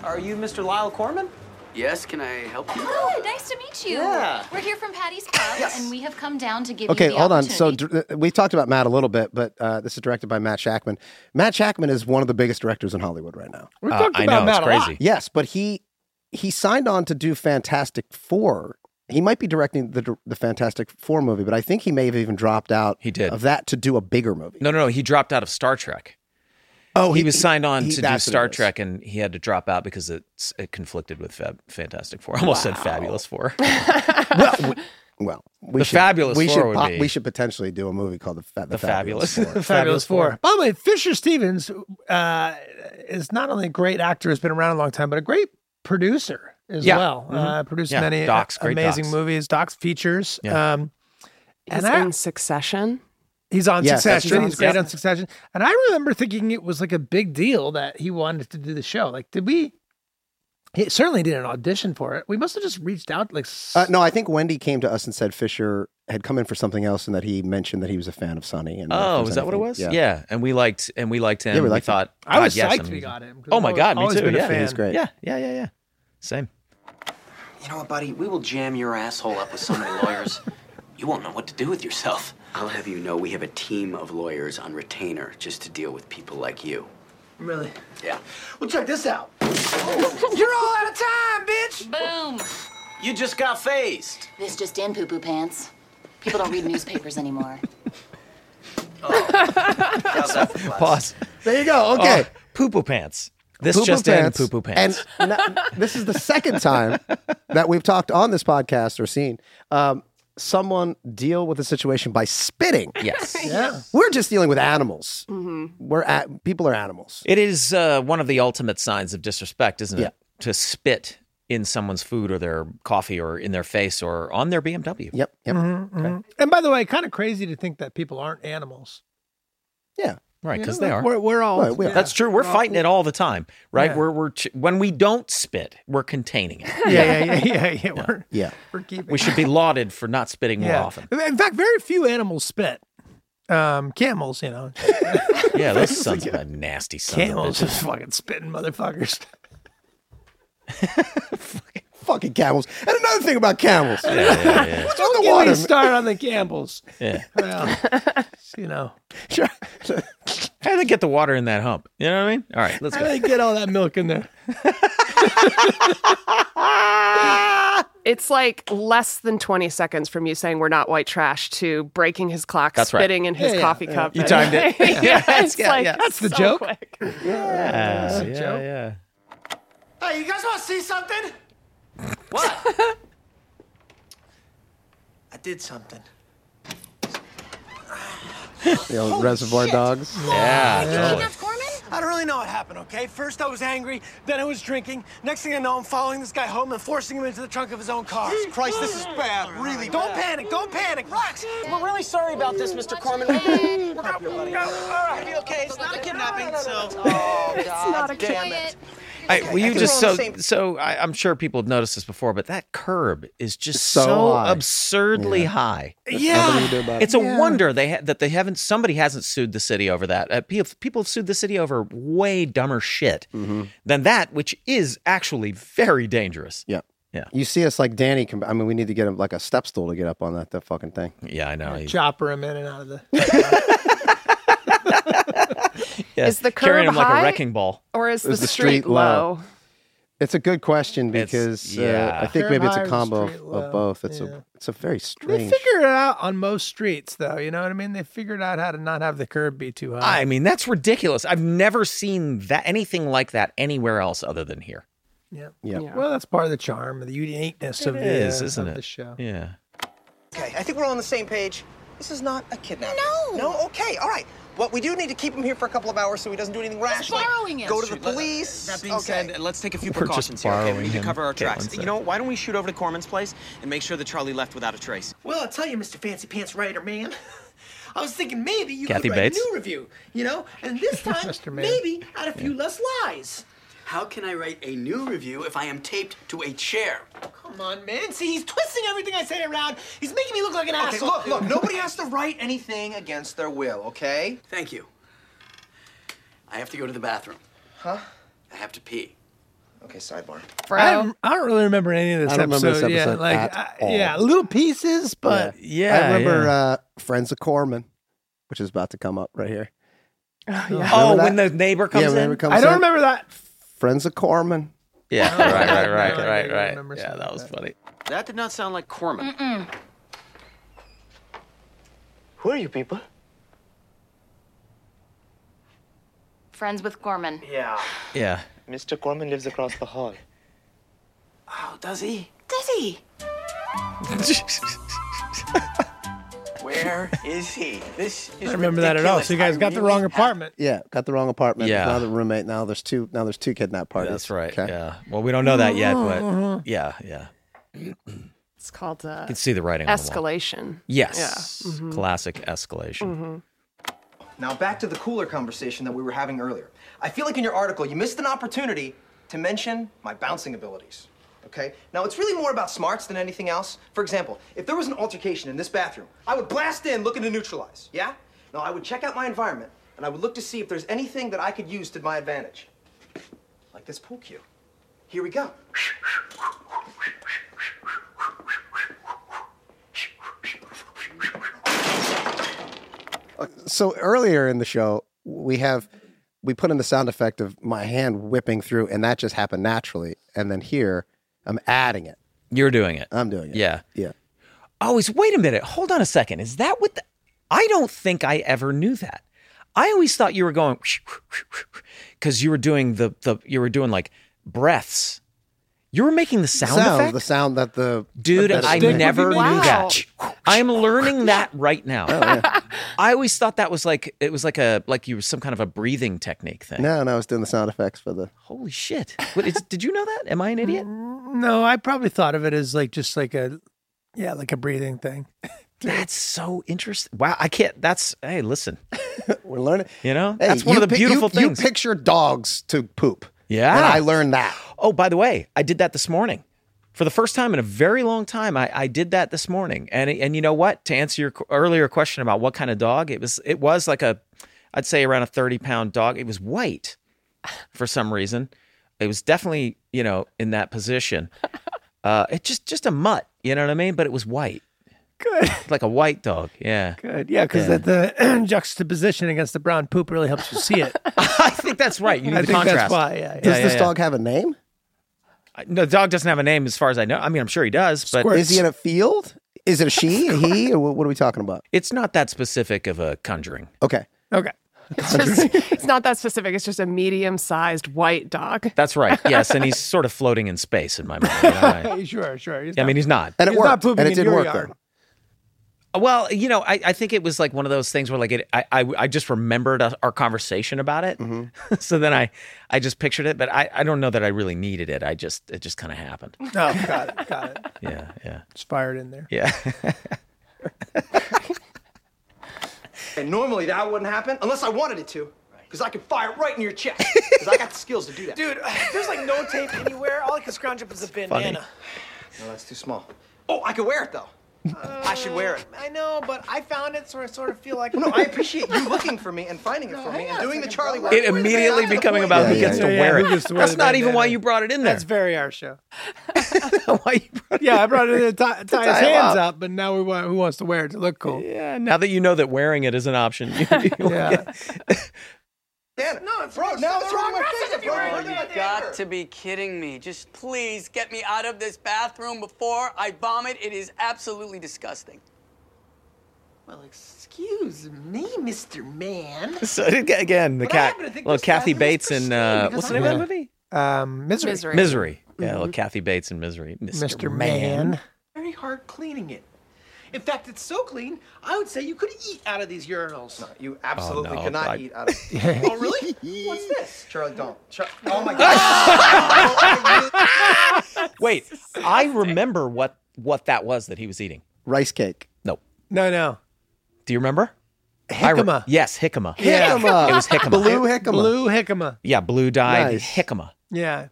Speaker 8: are you Mr. Lyle Corman? Yes, can I help you?
Speaker 6: Hi, nice to meet you.
Speaker 8: Yeah.
Speaker 6: We're here from Patty's Pub, and we have come down to give
Speaker 2: Okay,
Speaker 6: you the
Speaker 2: hold on. So
Speaker 6: opportunity.
Speaker 2: dir- we talked about Matt a little bit, but uh, this is directed by Matt Shackman. Matt Shackman is one of the biggest directors in Hollywood right now.
Speaker 4: We
Speaker 5: Uh, I know, it's crazy.
Speaker 2: Yes, but he he signed on to do Fantastic Four. He might be directing the the Fantastic Four movie, but I think he may have even dropped out.
Speaker 5: He did.
Speaker 2: of that to do a bigger movie.
Speaker 5: No, no, no. He dropped out of Star Trek.
Speaker 2: Oh,
Speaker 5: he, was signed on
Speaker 2: he-
Speaker 5: to do
Speaker 2: that's what
Speaker 5: Star
Speaker 2: it is.
Speaker 5: Trek, and he had to drop out because it's, it conflicted with Fab, Fantastic Four. I almost said Fabulous Four.
Speaker 2: well, we, well, we
Speaker 5: The
Speaker 2: should,
Speaker 5: Fabulous
Speaker 2: we
Speaker 5: Four
Speaker 2: should
Speaker 5: would
Speaker 2: po-
Speaker 5: be-
Speaker 2: we should potentially do a movie called the, Fa- the,
Speaker 5: The
Speaker 2: Fabulous.
Speaker 5: Fabulous.
Speaker 2: Four.
Speaker 4: Fabulous Four. By the way, Fisher Stevens uh, is not only a great actor who's been around a long time, but a great producer as
Speaker 5: Yeah.
Speaker 4: well. Uh, produced
Speaker 5: Yeah.
Speaker 4: many
Speaker 5: Docs, great
Speaker 4: amazing
Speaker 5: docs.
Speaker 4: movies, docs, features.
Speaker 5: Yeah.
Speaker 4: Um,
Speaker 3: He's
Speaker 4: and I,
Speaker 3: in Succession.
Speaker 4: he's on
Speaker 2: Yes, that's
Speaker 4: Succession.
Speaker 2: true.
Speaker 4: He's great
Speaker 2: Yeah.
Speaker 4: on Succession. And I remember thinking it was like a big deal that he wanted to do the show. Like, did we? He certainly didn't audition for it. We must have just reached out. Like, s-
Speaker 2: Uh, no, I think Wendy came to us and said Fisher had come in for something else, and that he mentioned that he was a fan of Sonny. And
Speaker 5: Oh, is that what it
Speaker 2: anything-
Speaker 5: was? Yeah. and we liked and we liked him.
Speaker 2: Yeah, we
Speaker 5: we,
Speaker 2: liked him.
Speaker 5: thought
Speaker 4: I was
Speaker 5: God, yes,
Speaker 4: psyched
Speaker 5: I'm-
Speaker 4: we got him. 'cause
Speaker 5: Oh
Speaker 4: I've
Speaker 5: my
Speaker 4: always-
Speaker 5: God, me
Speaker 4: always
Speaker 5: too,
Speaker 4: been a
Speaker 5: yeah. He
Speaker 2: was
Speaker 4: fan.
Speaker 2: great.
Speaker 5: Yeah, yeah, yeah, yeah. Same.
Speaker 8: You know what, buddy? We will jam your asshole up with so many lawyers, you won't know what to do with yourself. I'll have you know we have a team of lawyers on retainer just to deal with people like you.
Speaker 7: Really?
Speaker 8: Yeah.
Speaker 7: Well, check this out. You're all out of time, bitch.
Speaker 6: Boom.
Speaker 8: You just got phased.
Speaker 6: This just in, poo poo pants. People don't read newspapers anymore.
Speaker 8: How's that for class?
Speaker 5: Pause.
Speaker 2: There you go. Okay.
Speaker 5: Poo poo pants. This
Speaker 2: Poo-poo
Speaker 5: Oh, just in poo poo pants.
Speaker 2: And n- this is the second time that we've talked on this podcast or seen um, someone deal with a situation by spitting.
Speaker 5: yes.
Speaker 4: Yeah.
Speaker 2: We're just dealing with animals. We're at, people are animals.
Speaker 5: It is uh, one of the ultimate signs of disrespect, isn't
Speaker 2: Yeah.
Speaker 5: it? To spit in someone's food or their coffee or in their face or on their BMW.
Speaker 2: Yep. Yep.
Speaker 4: And by the way, kind of crazy to think that people aren't animals.
Speaker 2: Yeah.
Speaker 5: Right, because
Speaker 4: You
Speaker 5: they
Speaker 4: know,
Speaker 5: are.
Speaker 4: We're, we're all.
Speaker 2: Right, we are.
Speaker 5: That's true. We're fighting it all the time, right?
Speaker 4: Yeah.
Speaker 5: We're we're ch- when we don't spit, we're containing it.
Speaker 4: Yeah, yeah, yeah, yeah, yeah. We're,
Speaker 2: Yeah.
Speaker 4: we're keeping.
Speaker 5: We should be lauded for not spitting more
Speaker 4: yeah.
Speaker 5: often.
Speaker 4: In fact, very few animals spit. Um, camels, you know,
Speaker 5: Yeah, those sons of a nasty son of a
Speaker 4: camels
Speaker 5: bitch.
Speaker 4: just fucking spitting motherfuckers.
Speaker 2: Fucking camels. And another thing about camels.
Speaker 5: Yeah, yeah, yeah.
Speaker 2: It's on the
Speaker 4: Get me
Speaker 2: water.
Speaker 4: started on the camels.
Speaker 5: Yeah.
Speaker 4: Well, you know,
Speaker 5: How do they get the water in that hump? You know what I mean? All right, let's
Speaker 4: how do
Speaker 5: go.
Speaker 4: they get all that milk in there?
Speaker 3: It's like less than 20 seconds from you saying we're not white trash to breaking his clock,
Speaker 5: That's right.
Speaker 3: spitting in his
Speaker 4: Yeah, yeah,
Speaker 3: coffee
Speaker 4: yeah.
Speaker 3: cup.
Speaker 5: You timed it.
Speaker 3: yeah, it's
Speaker 5: yeah,
Speaker 3: like,
Speaker 5: yeah.
Speaker 3: That's
Speaker 4: the joke.
Speaker 5: Yeah,
Speaker 4: a
Speaker 5: yeah,
Speaker 4: joke.
Speaker 5: yeah.
Speaker 7: Hey, you guys want to see something?
Speaker 8: What?
Speaker 7: I did something.
Speaker 2: You know, reservoir dogs.
Speaker 5: Yeah, totally.
Speaker 6: Kidnapped Gorman?
Speaker 7: I don't really know what happened, okay? First I was angry, then I was drinking. Next thing I know, I'm following this guy home and forcing him into the trunk of his own car. Christ, this is bad. Really Don't panic. Don't panic. Relax.
Speaker 8: We're really sorry about this, Mr. Corman.
Speaker 7: okay. It's not a kidnapping, so.
Speaker 6: Damn it.
Speaker 5: I, well, you just so
Speaker 7: we're on the same-
Speaker 5: so. I, I'm sure people have noticed this before, but that curb is just so,
Speaker 2: So high.
Speaker 5: absurdly high.
Speaker 2: Nothing we can do about it.
Speaker 5: It's a wonder they ha- that they haven't. Somebody hasn't sued the city over that. Uh, people, people have sued the city over way dumber shit than that, which is actually very dangerous.
Speaker 2: Yeah.
Speaker 5: Yeah.
Speaker 2: You see us like Danny. com- I mean, we need to get him like a step stool to get up on that, that fucking thing.
Speaker 5: Yeah, I know. Yeah,
Speaker 4: Chopper him in and out of the.
Speaker 3: Is the
Speaker 5: carrying
Speaker 3: curb
Speaker 5: him like
Speaker 3: high?
Speaker 5: a wrecking ball?
Speaker 3: Or is,
Speaker 2: Is
Speaker 3: the, street, low?
Speaker 2: It's a good question
Speaker 5: It's-
Speaker 2: because
Speaker 5: yeah.
Speaker 2: uh, I think
Speaker 4: Sure,
Speaker 2: maybe it's
Speaker 4: high
Speaker 2: a
Speaker 4: is
Speaker 2: combo
Speaker 4: straight
Speaker 2: of,
Speaker 4: low.
Speaker 2: of both. It's
Speaker 4: Yeah.
Speaker 2: a it's a very
Speaker 4: They
Speaker 2: strange.
Speaker 4: figured it out on most streets, though. You know what I mean? They figured out how to not have the curb be too high.
Speaker 5: I mean, that's ridiculous. I've never seen that anything like that anywhere else other than here.
Speaker 4: yeah.
Speaker 2: Yeah.
Speaker 3: Yeah.
Speaker 4: Well, that's part of the charm, the uniqueness of the,
Speaker 5: is,
Speaker 4: uh,
Speaker 5: isn't
Speaker 4: of
Speaker 5: it?
Speaker 4: the show.
Speaker 5: Yeah.
Speaker 7: Okay, I think we're all on the same page. This is not a kidnapping.
Speaker 6: No.
Speaker 7: No? Okay, all right. But we do need to keep him here for a couple of hours so he doesn't do anything rational.
Speaker 6: borrowing him.
Speaker 7: Go to the police.
Speaker 8: That being
Speaker 7: okay.
Speaker 8: said, let's take a few
Speaker 5: We're just
Speaker 8: precautions here. Okay, we
Speaker 5: borrowing
Speaker 8: need to
Speaker 5: him,
Speaker 8: cover our
Speaker 5: Caitlin
Speaker 8: tracks.
Speaker 5: said.
Speaker 8: You know, what? why don't we shoot over to Corman's place and make sure that Charlie left without a trace?
Speaker 7: Well, I'll tell you, Mr. Fancy Pants Writer Man. I was thinking maybe you
Speaker 5: Kathy
Speaker 7: could write
Speaker 5: Bates?
Speaker 7: a new review, you know? And this time,
Speaker 4: Mr. Man.
Speaker 7: maybe add a few less lies.
Speaker 8: How can I write a new review if I am taped to a chair?
Speaker 7: Come on, man. See, he's twisting everything I say around. He's making me look like an asshole. Look, look, nobody has to write anything against their will, okay?
Speaker 8: Thank you. I have to go to the bathroom. Huh? I have to pee.
Speaker 7: Okay, sidebar.
Speaker 3: Bro.
Speaker 4: I don't, I don't really remember any of this
Speaker 2: I don't remember
Speaker 4: episode.
Speaker 2: this
Speaker 4: yeah,
Speaker 2: episode
Speaker 4: like
Speaker 2: at
Speaker 4: I-
Speaker 2: all.
Speaker 4: yeah, little pieces, but
Speaker 5: Yeah,
Speaker 2: I remember
Speaker 5: yeah.
Speaker 2: uh, Friends of Corman, which is about to come up right here.
Speaker 5: Oh,
Speaker 2: Remember
Speaker 5: when
Speaker 2: that?
Speaker 5: the neighbor comes
Speaker 2: yeah, when
Speaker 5: in.
Speaker 2: it comes
Speaker 4: I don't
Speaker 2: in,
Speaker 4: remember that.
Speaker 2: Friends of Corman.
Speaker 5: yeah,
Speaker 4: I
Speaker 5: right, right,
Speaker 4: have
Speaker 5: right,
Speaker 4: no idea.
Speaker 5: right,
Speaker 4: I
Speaker 5: right.
Speaker 4: remember
Speaker 5: Yeah,
Speaker 4: something
Speaker 5: that
Speaker 4: like
Speaker 5: was
Speaker 4: that.
Speaker 5: funny.
Speaker 8: That did not sound like Corman.
Speaker 7: Who are you people?
Speaker 6: friends with Gorman.
Speaker 10: Yeah.
Speaker 5: Yeah.
Speaker 10: Mr. Gorman lives across the hall.
Speaker 8: Oh, does he?
Speaker 6: Does he?
Speaker 8: Where is he? This is
Speaker 4: I don't remember that at all.
Speaker 8: ridiculous.
Speaker 4: So you guys
Speaker 8: I
Speaker 4: got the
Speaker 8: really
Speaker 4: wrong apartment.
Speaker 2: Yeah, got the wrong apartment.
Speaker 5: Yeah.
Speaker 2: Now the roommate. Now there's two. Now there's two kidnap parties.
Speaker 5: That's right.
Speaker 2: Okay.
Speaker 5: Yeah. Well, we don't know that yet, but yeah, yeah.
Speaker 3: It's called uh,
Speaker 5: You can see the writing on the wall.
Speaker 3: escalation.
Speaker 5: Yes.
Speaker 3: Yeah.
Speaker 5: Mm-hmm.
Speaker 3: Mhm.
Speaker 5: Classic escalation.
Speaker 9: Now back to the cooler conversation that we were having earlier. I feel like in your article you missed an opportunity to mention my bouncing abilities. Okay? Now it's really more about smarts than anything else. For example, if there was an altercation in this bathroom, I would blast in looking to neutralize. Yeah? Now I would check out my environment and I would look to see if there's anything that I could use to my advantage. Like this pool cue. Here we go.
Speaker 2: So earlier in the show, we have we put in the sound effect of my hand whipping through, and that just happened naturally. And then here, I'm adding it.
Speaker 5: You're doing it.
Speaker 2: I'm doing it.
Speaker 5: yeah.
Speaker 2: Yeah.
Speaker 5: Always wait a minute. Hold on a second. Is that what the, I don't think I ever knew that. I always thought you were going cuz you were doing the the you were doing like breaths. You were making the sound, effect?
Speaker 2: The sound that the
Speaker 5: Dude,
Speaker 2: that
Speaker 5: I
Speaker 2: it's making.
Speaker 5: never
Speaker 3: made.
Speaker 5: knew
Speaker 3: Wow.
Speaker 5: that. I'm learning that right now.
Speaker 2: Oh,
Speaker 5: I always thought that was like it was like a like you were some kind of a breathing technique thing.
Speaker 2: No, no, I was doing the sound effects for the.
Speaker 5: Holy shit! What is, did you know that? Am I an idiot?
Speaker 2: Mm,
Speaker 4: No, I probably thought of it as like just like a, yeah, like a breathing thing.
Speaker 5: That's so interesting. Wow, I can't. That's hey, listen.
Speaker 2: We're learning.
Speaker 5: You know,
Speaker 2: Hey,
Speaker 5: that's one
Speaker 2: you
Speaker 5: of the
Speaker 2: pic- you-
Speaker 5: beautiful
Speaker 2: you
Speaker 5: things.
Speaker 2: picture dogs to poop.
Speaker 5: Yeah.
Speaker 2: And I learned that.
Speaker 5: oh, by the way, I did that this morning for the first time in a very long time. I, I did that this morning, and and you know what? To answer your qu- earlier question about what kind of dog, it was it was like a, I'd say around a thirty pound dog. It was white, for some reason. It was definitely you know in that position. Uh, it just just a mutt, you know what I mean? But it was white,
Speaker 4: Good,
Speaker 5: like a white dog. Yeah,
Speaker 4: good. Yeah, because
Speaker 5: Yeah.
Speaker 4: the, juxtaposition against the brown poop really helps you see it.
Speaker 5: I think that's right. You need
Speaker 4: I
Speaker 5: the
Speaker 4: think
Speaker 5: contrast.
Speaker 4: that's why. Yeah, yeah.
Speaker 2: Does
Speaker 5: yeah,
Speaker 2: this
Speaker 5: yeah.
Speaker 2: dog have a name?
Speaker 5: I- No, the dog doesn't have a name as far as I know. I mean, I'm sure he does, but
Speaker 2: Is he in a field? Is it a she, a he? Or what what are we talking about?
Speaker 5: it's not that specific of a conjuring.
Speaker 2: Okay.
Speaker 4: Okay.
Speaker 3: It's, just, it's not that specific. It's just a medium-sized white dog.
Speaker 5: That's right. Yes, and he's sort of floating in space in my mind. you know, I-
Speaker 4: Hey, sure, sure. He's
Speaker 5: I mean,
Speaker 4: not-
Speaker 5: he's not.
Speaker 2: And it
Speaker 4: He's not
Speaker 2: worked.
Speaker 4: pooping
Speaker 2: And it
Speaker 4: in
Speaker 2: did
Speaker 4: your
Speaker 2: work,
Speaker 4: yard.
Speaker 2: though.
Speaker 5: Well, you know, I, I think it was like one of those things where like it, I, I I just remembered us- our conversation about it, so then I I just pictured it, but I I don't know that I really needed it. I just it just kind of happened.
Speaker 4: no, Oh, got it, got it.
Speaker 5: Yeah, yeah,
Speaker 4: It's fired in there.
Speaker 5: yeah.
Speaker 9: And normally that wouldn't happen unless I wanted it to. Because I could fire it right in your chest. Because I got the skills to do that.
Speaker 7: Dude, uh, there's like no tape anywhere. All I can scrounge up is a bandana.
Speaker 9: No, that's too small. Oh, I could wear it though. I should wear it.
Speaker 7: I know, but I found it, so I sort of feel like
Speaker 9: No, I appreciate you looking for me and finding it for me and doing the Charlie work.
Speaker 5: It immediately becoming about who
Speaker 2: Yeah,
Speaker 5: gets
Speaker 2: yeah,
Speaker 5: to
Speaker 4: yeah,
Speaker 5: wear
Speaker 4: who
Speaker 5: it.
Speaker 4: gets to wear
Speaker 5: That's
Speaker 4: the
Speaker 5: not even why
Speaker 4: bandana.
Speaker 5: you brought it in there.
Speaker 4: That's very our show.
Speaker 5: why you brought it
Speaker 4: Yeah, I brought it in to tie, tie his
Speaker 2: tie him
Speaker 4: hands
Speaker 2: up.
Speaker 4: up, but now we want who wants to wear it to look cool.
Speaker 5: Yeah, now that you know that wearing it is an option, you, you
Speaker 4: Yeah.
Speaker 9: No, it's wrong. Now it's wrong.
Speaker 7: Oh,
Speaker 9: Look at
Speaker 7: you
Speaker 9: my
Speaker 10: Got
Speaker 9: finger.
Speaker 10: to be kidding me. Just please get me out of this bathroom before I vomit. It is absolutely disgusting.
Speaker 1: Well, excuse me, Mr. Man.
Speaker 5: So again, the
Speaker 1: But I
Speaker 5: cat,
Speaker 1: happen to think
Speaker 5: little
Speaker 1: this
Speaker 5: Kathy
Speaker 1: bathroom is
Speaker 5: Bates in uh,
Speaker 1: pristine
Speaker 5: what's the
Speaker 1: because
Speaker 5: name
Speaker 1: I
Speaker 5: of that movie?
Speaker 4: Um, misery,
Speaker 3: Misery.
Speaker 5: Misery. Yeah, little Kathy Bates in Misery.
Speaker 4: Mr. Man.
Speaker 7: very hard cleaning it. In fact, it's so clean, I would say you could eat out of these urinals.
Speaker 9: You absolutely
Speaker 5: no,
Speaker 9: cannot
Speaker 5: I-
Speaker 9: eat out of.
Speaker 7: Oh, really?
Speaker 9: What's this? Charlie, don't. Char- oh my God.
Speaker 5: Wait, I remember what what that was that he was eating.
Speaker 2: Rice cake.
Speaker 5: No,
Speaker 4: No, no.
Speaker 5: do you remember? I re-
Speaker 4: Hickama.
Speaker 5: yes, Hickama.
Speaker 4: Yeah.
Speaker 2: Hickama.
Speaker 5: It was Hickama.
Speaker 2: Blue Hickama.
Speaker 4: Blue Hickama.
Speaker 5: Yeah, blue dyed
Speaker 2: Nice.
Speaker 5: Hickama
Speaker 4: Yeah.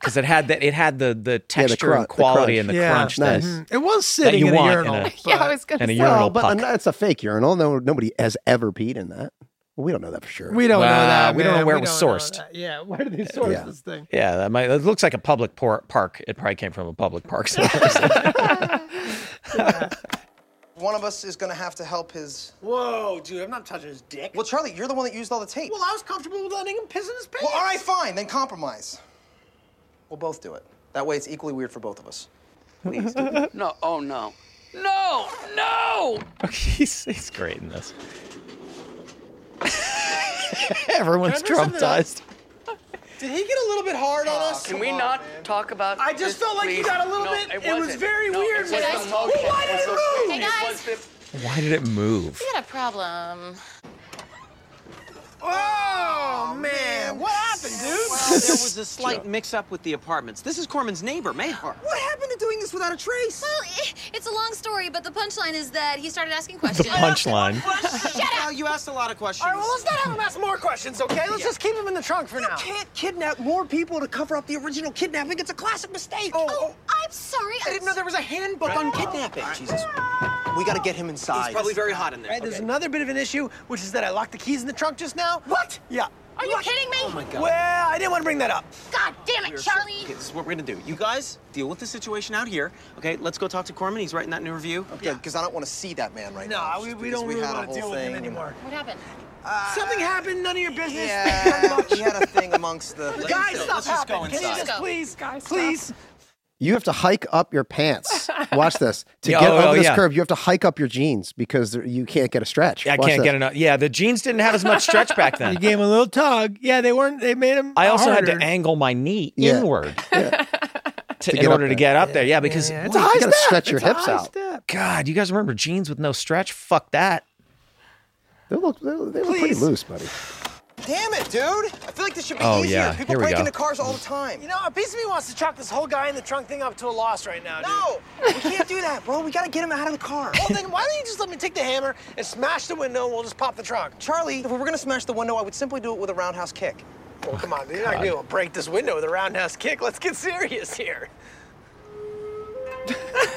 Speaker 5: because it had that it had the the texture
Speaker 2: crunch-
Speaker 5: and
Speaker 2: the
Speaker 5: quality
Speaker 2: crunch.
Speaker 5: and the
Speaker 4: yeah.
Speaker 5: crunch that,
Speaker 2: Nice.
Speaker 4: Mhm. It was sitting
Speaker 5: you
Speaker 4: in a
Speaker 5: want in
Speaker 4: urinal.
Speaker 5: a-
Speaker 3: Yeah, I
Speaker 4: but
Speaker 3: was gonna
Speaker 5: and a
Speaker 3: say.
Speaker 5: urinal
Speaker 2: Well, but
Speaker 5: puck.
Speaker 2: no, it's a fake urinal. No, nobody has ever peed in that. We don't know that for sure.
Speaker 4: we don't know
Speaker 5: Wow,
Speaker 4: that.
Speaker 5: we don't know
Speaker 4: man.
Speaker 5: where it was
Speaker 4: don't know
Speaker 5: sourced.
Speaker 4: that. Yeah, where did they source
Speaker 2: Yeah.
Speaker 4: this thing?
Speaker 5: yeah, that might, it looks like a public por- park. It probably came from a public park. somewhere.
Speaker 9: one of us is gonna have to help his.
Speaker 7: Whoa, dude, I'm not touching his dick.
Speaker 9: Well, Charlie, you're the one that used all the tape.
Speaker 7: Well, I was comfortable with letting him piss in his pants.
Speaker 9: Well, all right, fine. Then compromise. We'll both do it. That way, it's equally weird for both of us.
Speaker 10: No, oh no. No, no!
Speaker 5: he's, he's great in this. Everyone's
Speaker 9: Can I bring something up?
Speaker 5: traumatized.
Speaker 9: Did he get a little bit hard on us?
Speaker 10: Can we not talk about?
Speaker 9: I just
Speaker 10: this,
Speaker 9: felt like he
Speaker 10: please?
Speaker 9: got a little
Speaker 10: No,
Speaker 9: bit-
Speaker 10: It,
Speaker 9: it was
Speaker 10: wasn't.
Speaker 9: very
Speaker 10: No,
Speaker 9: weird with
Speaker 10: It was
Speaker 9: us.
Speaker 10: the
Speaker 9: Well,
Speaker 10: motion.
Speaker 9: why did
Speaker 10: was
Speaker 9: it
Speaker 10: the
Speaker 9: move?
Speaker 10: swing.
Speaker 9: Hey,
Speaker 10: It
Speaker 9: guys.
Speaker 10: was the-
Speaker 5: Why did it move?
Speaker 6: We got a problem.
Speaker 9: Oh, man. What happened, dude?
Speaker 8: there was a slight mix-up with the apartments. This is Corman's neighbor, Mayhart.
Speaker 11: What happened to doing this without a trace?
Speaker 12: Well, i- it's a long story, but the punchline is that he started asking questions.
Speaker 11: Shut up!
Speaker 9: Uh,
Speaker 8: you asked a lot of questions.
Speaker 11: All right, well, let's not have him ask more questions, okay? Let's just
Speaker 9: keep him in the trunk for
Speaker 11: now.
Speaker 9: now.
Speaker 11: can't kidnap more people to cover up the original kidnapping. It's a classic mistake. Oh,
Speaker 12: I'm sorry.
Speaker 11: I didn't know there was a handbook
Speaker 9: Right.
Speaker 11: on kidnapping.
Speaker 9: Jesus. We gotta get him inside.
Speaker 8: He's probably very hot in there.
Speaker 9: Right, There's another bit of an issue, which is that I locked the keys in the trunk just now. What? Yeah.
Speaker 11: Are you kidding me? Oh my
Speaker 8: God.
Speaker 9: Well, I didn't want to bring that up.
Speaker 11: God damn
Speaker 8: We are
Speaker 11: it,
Speaker 8: so-
Speaker 11: Charlie!
Speaker 8: okay, this is what we're gonna do. You guys deal with the situation out here. Okay, let's go talk to Corman. He's writing that new review. Okay, because I don't want to see that man right
Speaker 9: No, we, we don't really want to deal with him anymore. What happened? Something happened, none of your business. Yeah, he had a thing amongst the guys. Stop
Speaker 8: Let's just go
Speaker 9: happening. Can you
Speaker 8: inside.
Speaker 9: just please, guys, please?
Speaker 2: You have to hike up your pants. Watch this. To
Speaker 5: Yeah,
Speaker 2: get
Speaker 5: oh,
Speaker 2: over
Speaker 5: oh,
Speaker 2: this
Speaker 5: yeah.
Speaker 2: curve, you have to hike up your jeans because there- you can't get a stretch.
Speaker 5: I
Speaker 2: Watch
Speaker 5: can't
Speaker 2: this.
Speaker 5: get enough. Yeah, the jeans didn't have as much stretch back
Speaker 4: You
Speaker 5: then.
Speaker 4: gave him a little tug. Yeah, they weren't. They made him.
Speaker 5: I also had
Speaker 4: harder.
Speaker 5: to angle my knee
Speaker 4: Yeah.
Speaker 5: inward to,
Speaker 4: To
Speaker 5: in
Speaker 4: get
Speaker 5: order
Speaker 4: up
Speaker 5: to
Speaker 4: there.
Speaker 5: get up there. Yeah, because
Speaker 4: yeah,
Speaker 2: it's a high step. It's a high
Speaker 5: God, you guys remember jeans with no stretch? Fuck that.
Speaker 2: They look. They, they were pretty
Speaker 9: Please.
Speaker 2: loose, buddy.
Speaker 9: Damn it, dude! I feel like this should be
Speaker 5: Oh,
Speaker 9: easier.
Speaker 5: yeah.
Speaker 9: People
Speaker 5: Here we
Speaker 9: break
Speaker 5: go.
Speaker 9: into cars all the time. You know, a piece of me wants to chalk this whole guy in the trunk thing up to a loss right now. No, we can't do that, bro. We gotta get him out of the car. Well, then why don't you just let me take the hammer and smash the window? and We'll just pop the trunk. Charlie, if we were gonna smash the window, I would simply do it with a roundhouse kick.
Speaker 8: Oh,
Speaker 9: Well, come on, dude. You're not gonna be able to break this window with a roundhouse kick. Let's get serious here.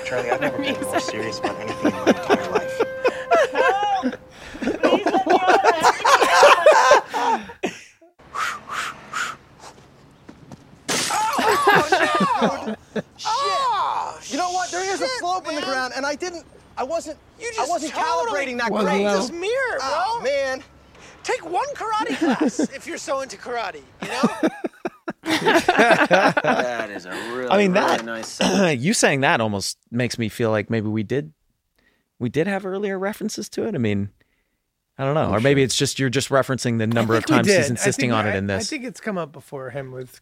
Speaker 8: Charlie, I've never been more serious about anything in my entire life.
Speaker 9: Oh, you know what? There is a slope in the ground, and I didn't. I wasn't. You just I wasn't calibrating that
Speaker 4: Wasn't
Speaker 9: great.
Speaker 4: well.
Speaker 9: This mirror, bro. Oh, man. Take one karate class if you're so into karate. You know?
Speaker 8: that is a really,
Speaker 5: I
Speaker 8: really
Speaker 5: mean that.
Speaker 8: nice sentence.
Speaker 5: you saying that almost makes me feel like maybe we did, we did have earlier references to it. I mean, I don't know, or maybe it's just you're just referencing the number of
Speaker 4: think we
Speaker 5: times
Speaker 4: did.
Speaker 5: he's
Speaker 4: Oh, I
Speaker 5: insisting
Speaker 4: think-
Speaker 5: on it
Speaker 4: I-
Speaker 5: in
Speaker 4: I
Speaker 5: this.
Speaker 4: think it's come up before him with.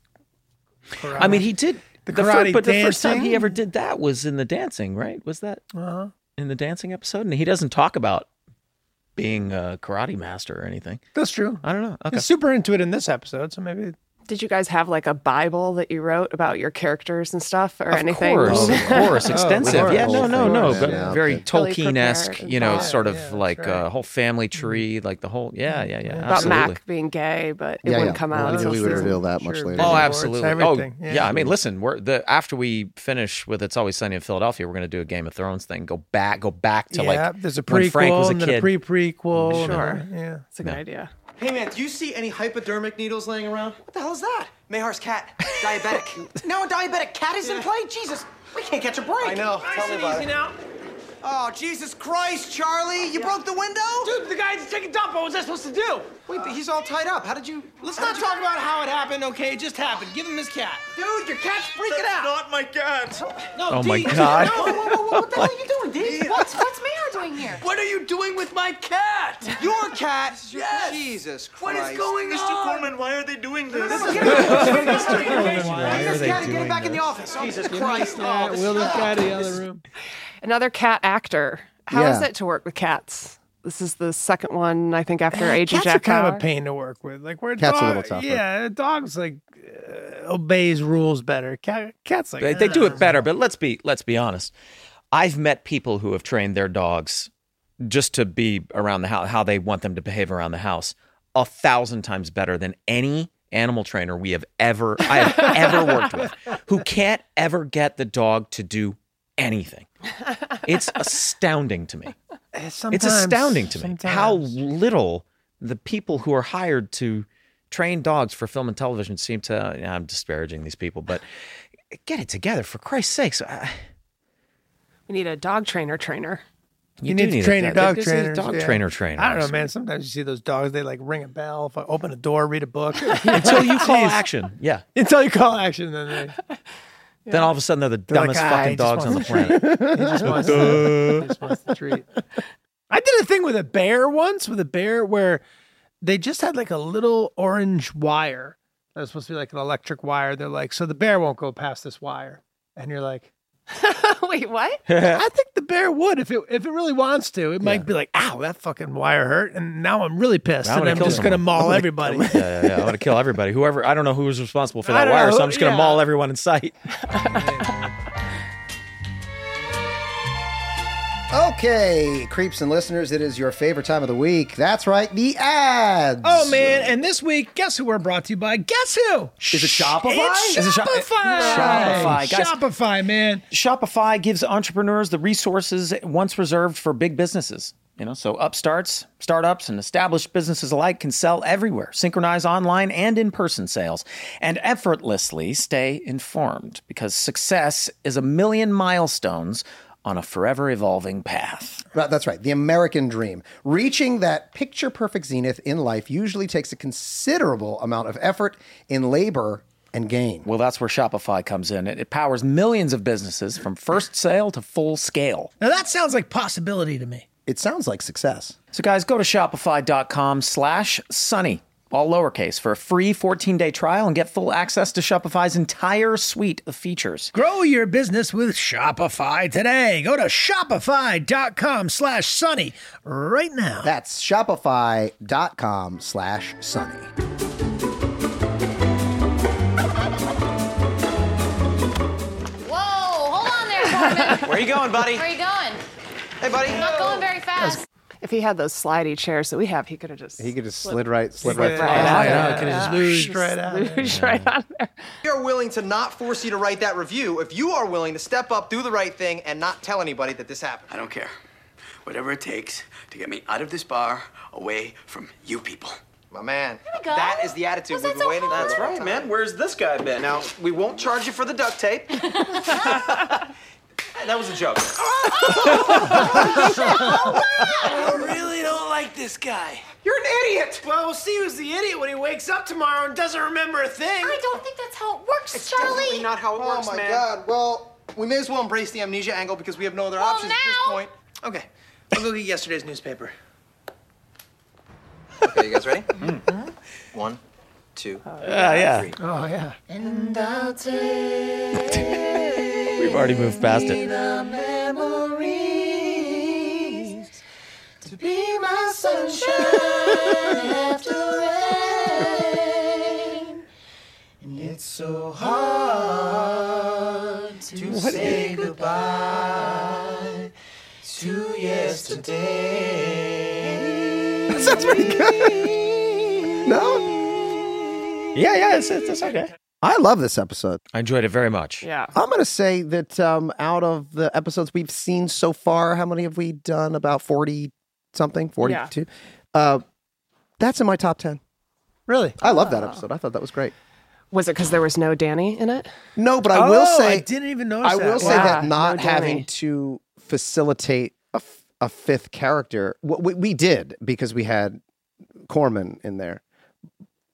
Speaker 4: Karate.
Speaker 5: I mean, he did
Speaker 4: The
Speaker 5: fir-
Speaker 4: karate
Speaker 5: but the first time
Speaker 4: dancing?
Speaker 5: he ever did that was in the dancing, right? Was that
Speaker 4: Uh-huh.
Speaker 5: in the dancing episode? And he doesn't talk about being a karate master or anything.
Speaker 4: That's true.
Speaker 5: I don't know. Okay.
Speaker 4: He's super into it in this episode, so maybe
Speaker 3: Did you guys have like a Bible that you wrote about your characters and stuff or
Speaker 5: Of
Speaker 3: anything?
Speaker 5: course, of course,
Speaker 4: Oh,
Speaker 5: extensive.
Speaker 4: of
Speaker 5: yeah,
Speaker 4: course,
Speaker 5: no,
Speaker 4: of
Speaker 5: no, no.
Speaker 4: course,
Speaker 5: but
Speaker 4: yeah,
Speaker 5: very
Speaker 4: okay. Really
Speaker 5: Tolkien esque,
Speaker 3: prepared.
Speaker 5: you know,
Speaker 3: Yeah,
Speaker 5: sort of
Speaker 4: yeah,
Speaker 5: like
Speaker 4: that's Mm-hmm.
Speaker 5: uh, whole family tree, like the whole. Yeah, yeah, yeah.
Speaker 3: About
Speaker 5: absolutely.
Speaker 3: Mac being gay, but it
Speaker 2: Yeah,
Speaker 3: wouldn't
Speaker 2: yeah.
Speaker 3: come
Speaker 2: We
Speaker 3: out.
Speaker 2: would-
Speaker 3: until
Speaker 2: we would
Speaker 3: season-
Speaker 2: reveal that much
Speaker 4: Sure.
Speaker 2: later.
Speaker 5: Oh,
Speaker 4: Awards,
Speaker 5: absolutely. Oh,
Speaker 4: everything.
Speaker 5: yeah.
Speaker 4: Yeah.
Speaker 5: I mean, listen, we're the after we finish with "It's Always Sunny in Philadelphia," we're going to do a Game of Thrones thing. Go back, go back to
Speaker 4: yeah,
Speaker 5: like
Speaker 4: there's a
Speaker 5: when
Speaker 4: prequel
Speaker 5: Frank was a
Speaker 4: and then a
Speaker 5: kid.
Speaker 4: pre prequel.
Speaker 3: Sure.
Speaker 4: Yeah.
Speaker 3: It's a good idea.
Speaker 9: hey man, do you see any hypodermic needles laying around?
Speaker 11: What the hell is that?
Speaker 9: Mehar's cat, diabetic.
Speaker 11: Now a diabetic cat is in
Speaker 9: Yeah.
Speaker 11: play? Jesus, we can't catch a break.
Speaker 9: I know. Tell me about it.
Speaker 7: now.
Speaker 11: Oh, Jesus Christ, Charlie! You broke the window?
Speaker 7: Dude, the guy just took a dump. What was I supposed to do?
Speaker 11: Wait, but he's all tied up. How did you?
Speaker 7: Let's not talk about how it happened, okay? It just happened. Give him his cat.
Speaker 11: Dude, your cat's freaking
Speaker 7: That's
Speaker 11: out.
Speaker 7: not my cat. No,
Speaker 5: Oh my
Speaker 7: Dee,
Speaker 5: God.
Speaker 7: no.
Speaker 11: Whoa, whoa, whoa, whoa, what the hell are you doing, dude?
Speaker 6: What's what's Mayor doing here?
Speaker 7: What are you doing with my cat?
Speaker 11: Your cat?
Speaker 7: Yes.
Speaker 11: Jesus Christ!
Speaker 7: What is going on? Mr. Coleman, why are they doing this?
Speaker 11: Why are they doing Get him back in the office. Jesus Christ!
Speaker 4: Yeah, Will the cat in the other room.
Speaker 3: Another cat actor. How is
Speaker 2: Yeah.
Speaker 3: it to work with cats? This is the second one, I think, after AJ
Speaker 4: Eh, Cats
Speaker 3: Jack
Speaker 4: are kind of
Speaker 3: Bauer.
Speaker 4: a pain to work with. Like where
Speaker 2: Cats are a
Speaker 4: dog-
Speaker 2: little tougher.
Speaker 4: Yeah, a dog's like uh, obeys rules better. Cat, cats like
Speaker 5: They, they
Speaker 4: "Ah."
Speaker 5: do it better, but let's be let's be honest. I've met people who have trained their dogs just to be around the house, how they want them to behave around the house, a thousand times better than any animal trainer we have ever I have ever worked with, who can't ever get the dog to do anything. It's astounding to me.
Speaker 4: uh, Sometimes-
Speaker 5: it's astounding to me how
Speaker 4: sometimes.
Speaker 5: little the people who are hired to train dogs for film and television seem to. I'm disparaging these people, but get it together for Christ's uh, sakes. I-
Speaker 3: We need a dog trainer trainer.
Speaker 5: You,
Speaker 4: You
Speaker 5: do
Speaker 4: need to train
Speaker 5: a
Speaker 4: your dog
Speaker 5: there's these
Speaker 4: trainers.
Speaker 5: Dog
Speaker 4: yeah.
Speaker 5: trainer trainer.
Speaker 4: I don't know, man. Sometimes you see those dogs. They like ring a bell, fu- open a door, read a book
Speaker 5: Until you call action, yeah.
Speaker 4: until you call action. Then they,
Speaker 5: Then all of a sudden they're the dumbest
Speaker 4: like, "Ah,
Speaker 5: fucking
Speaker 4: he just
Speaker 5: dogs on the
Speaker 4: wants
Speaker 5: planet.
Speaker 4: he just wants, to, he just wants to treat. I did a thing with a bear once with a bear where They just had like a little orange wire that was supposed to be like an electric wire. They're like, so the bear won't go past this wire, and you're like,
Speaker 3: Oh, Wait, what?
Speaker 4: I think the bear would if it if it really wants to. It might be like, ow, that fucking wire hurt, and now I'm really pissed,
Speaker 5: I
Speaker 4: and
Speaker 5: wanna
Speaker 4: I'm
Speaker 5: kill
Speaker 4: just gonna
Speaker 5: someone. I
Speaker 4: maul
Speaker 5: wanna
Speaker 4: everybody.
Speaker 5: Yeah, yeah, yeah. I want to kill everybody. Whoever, I don't know who was responsible for
Speaker 4: I
Speaker 5: that
Speaker 4: don't
Speaker 5: wire,
Speaker 4: know
Speaker 5: so
Speaker 4: who-
Speaker 5: I'm just going to
Speaker 4: yeah.
Speaker 5: maul everyone in sight.
Speaker 2: Okay, creeps and listeners, it is your favorite time of the week. That's right, the ads.
Speaker 4: Oh man! And this week, guess who we're brought to you by? Guess who?
Speaker 2: Is it Shopify?
Speaker 4: It's
Speaker 2: Is it Sho-
Speaker 4: Shopify.
Speaker 5: Shopify, guys.
Speaker 4: Shopify, man.
Speaker 5: Shopify gives entrepreneurs the resources once reserved for big businesses. You know, so upstarts, startups, and established businesses alike can sell everywhere, synchronize online and in-person sales, and effortlessly stay informed because success is a million milestones on a forever evolving path.
Speaker 2: Right, That's right, the American dream. Reaching that picture perfect zenith in life usually takes a considerable amount of effort in labor and gain.
Speaker 5: Well, that's where Shopify comes in. It, it powers millions of businesses from first sale to full scale.
Speaker 4: Now that sounds like possibility to me.
Speaker 2: It sounds like success.
Speaker 5: So, guys, go to shopify.com slash sunny, all lowercase, for a free 14 day trial and get full access to Shopify's entire suite of features.
Speaker 4: Grow your business with Shopify today. Go to shopify.com slash sunny right now.
Speaker 2: That's shopify.com slash sunny.
Speaker 12: Whoa, hold on there, Corbin.
Speaker 8: Where you going, buddy?
Speaker 12: Where you going?
Speaker 8: Hey, buddy.
Speaker 12: I'm not going very fast.
Speaker 3: If he had those slidey chairs that we have, he could have just
Speaker 2: He could just slid right, slid right.
Speaker 3: right out.
Speaker 2: out.
Speaker 4: Could have just loosed right out.
Speaker 3: Just right on.
Speaker 9: We are willing to not force you to write that review if you are willing to step up, do the right thing, and not tell anybody that this happened.
Speaker 8: I don't care. Whatever it takes to get me out of this bar, away from you people.
Speaker 9: My man.
Speaker 8: go.
Speaker 9: That is the attitude we've been waiting for.
Speaker 8: That's right, man. Where's this guy been?
Speaker 9: Now, we won't charge you for the duct tape. that was a joke.
Speaker 12: Oh,
Speaker 7: I really don't like this guy.
Speaker 9: You're an idiot.
Speaker 7: Well, we'll see who's the idiot when he wakes up tomorrow and doesn't remember a thing.
Speaker 12: I don't think that's how it works,
Speaker 9: It's
Speaker 12: Charlie.
Speaker 9: definitely not how it works,
Speaker 12: oh my
Speaker 9: man.
Speaker 12: God.
Speaker 9: Well, we may as well embrace the amnesia angle because we have no other options at this point. Okay, I'll go get yesterday's newspaper. okay, you guys ready? One, two.
Speaker 5: yeah.
Speaker 9: three.
Speaker 4: Oh, yeah.
Speaker 1: And I'll
Speaker 5: We've already moved past it.
Speaker 1: memories to be my sunshine after rain. And it's so hard to
Speaker 7: What-
Speaker 1: say goodbye to yesterday.
Speaker 2: That sounds pretty good. no?
Speaker 5: Yeah, yeah, it's, it's, it's okay.
Speaker 2: I love this episode.
Speaker 5: I enjoyed it very much.
Speaker 3: Yeah.
Speaker 2: I'm going to say that um, out of the episodes we've seen so far, how many have we done? About 40 something, 42. Uh, that's in my top 10.
Speaker 4: Really?
Speaker 2: I love that episode. I thought that was great.
Speaker 3: Was it because there was no Danny in it?
Speaker 2: No, but I will
Speaker 4: Oh,
Speaker 2: say
Speaker 4: I didn't even notice
Speaker 2: I
Speaker 4: that.
Speaker 2: will say
Speaker 3: Wow.
Speaker 2: that
Speaker 3: Yeah,
Speaker 2: not
Speaker 3: no Danny.
Speaker 2: having to facilitate a, f- a fifth character, wh- we, we did because we had Corman in there.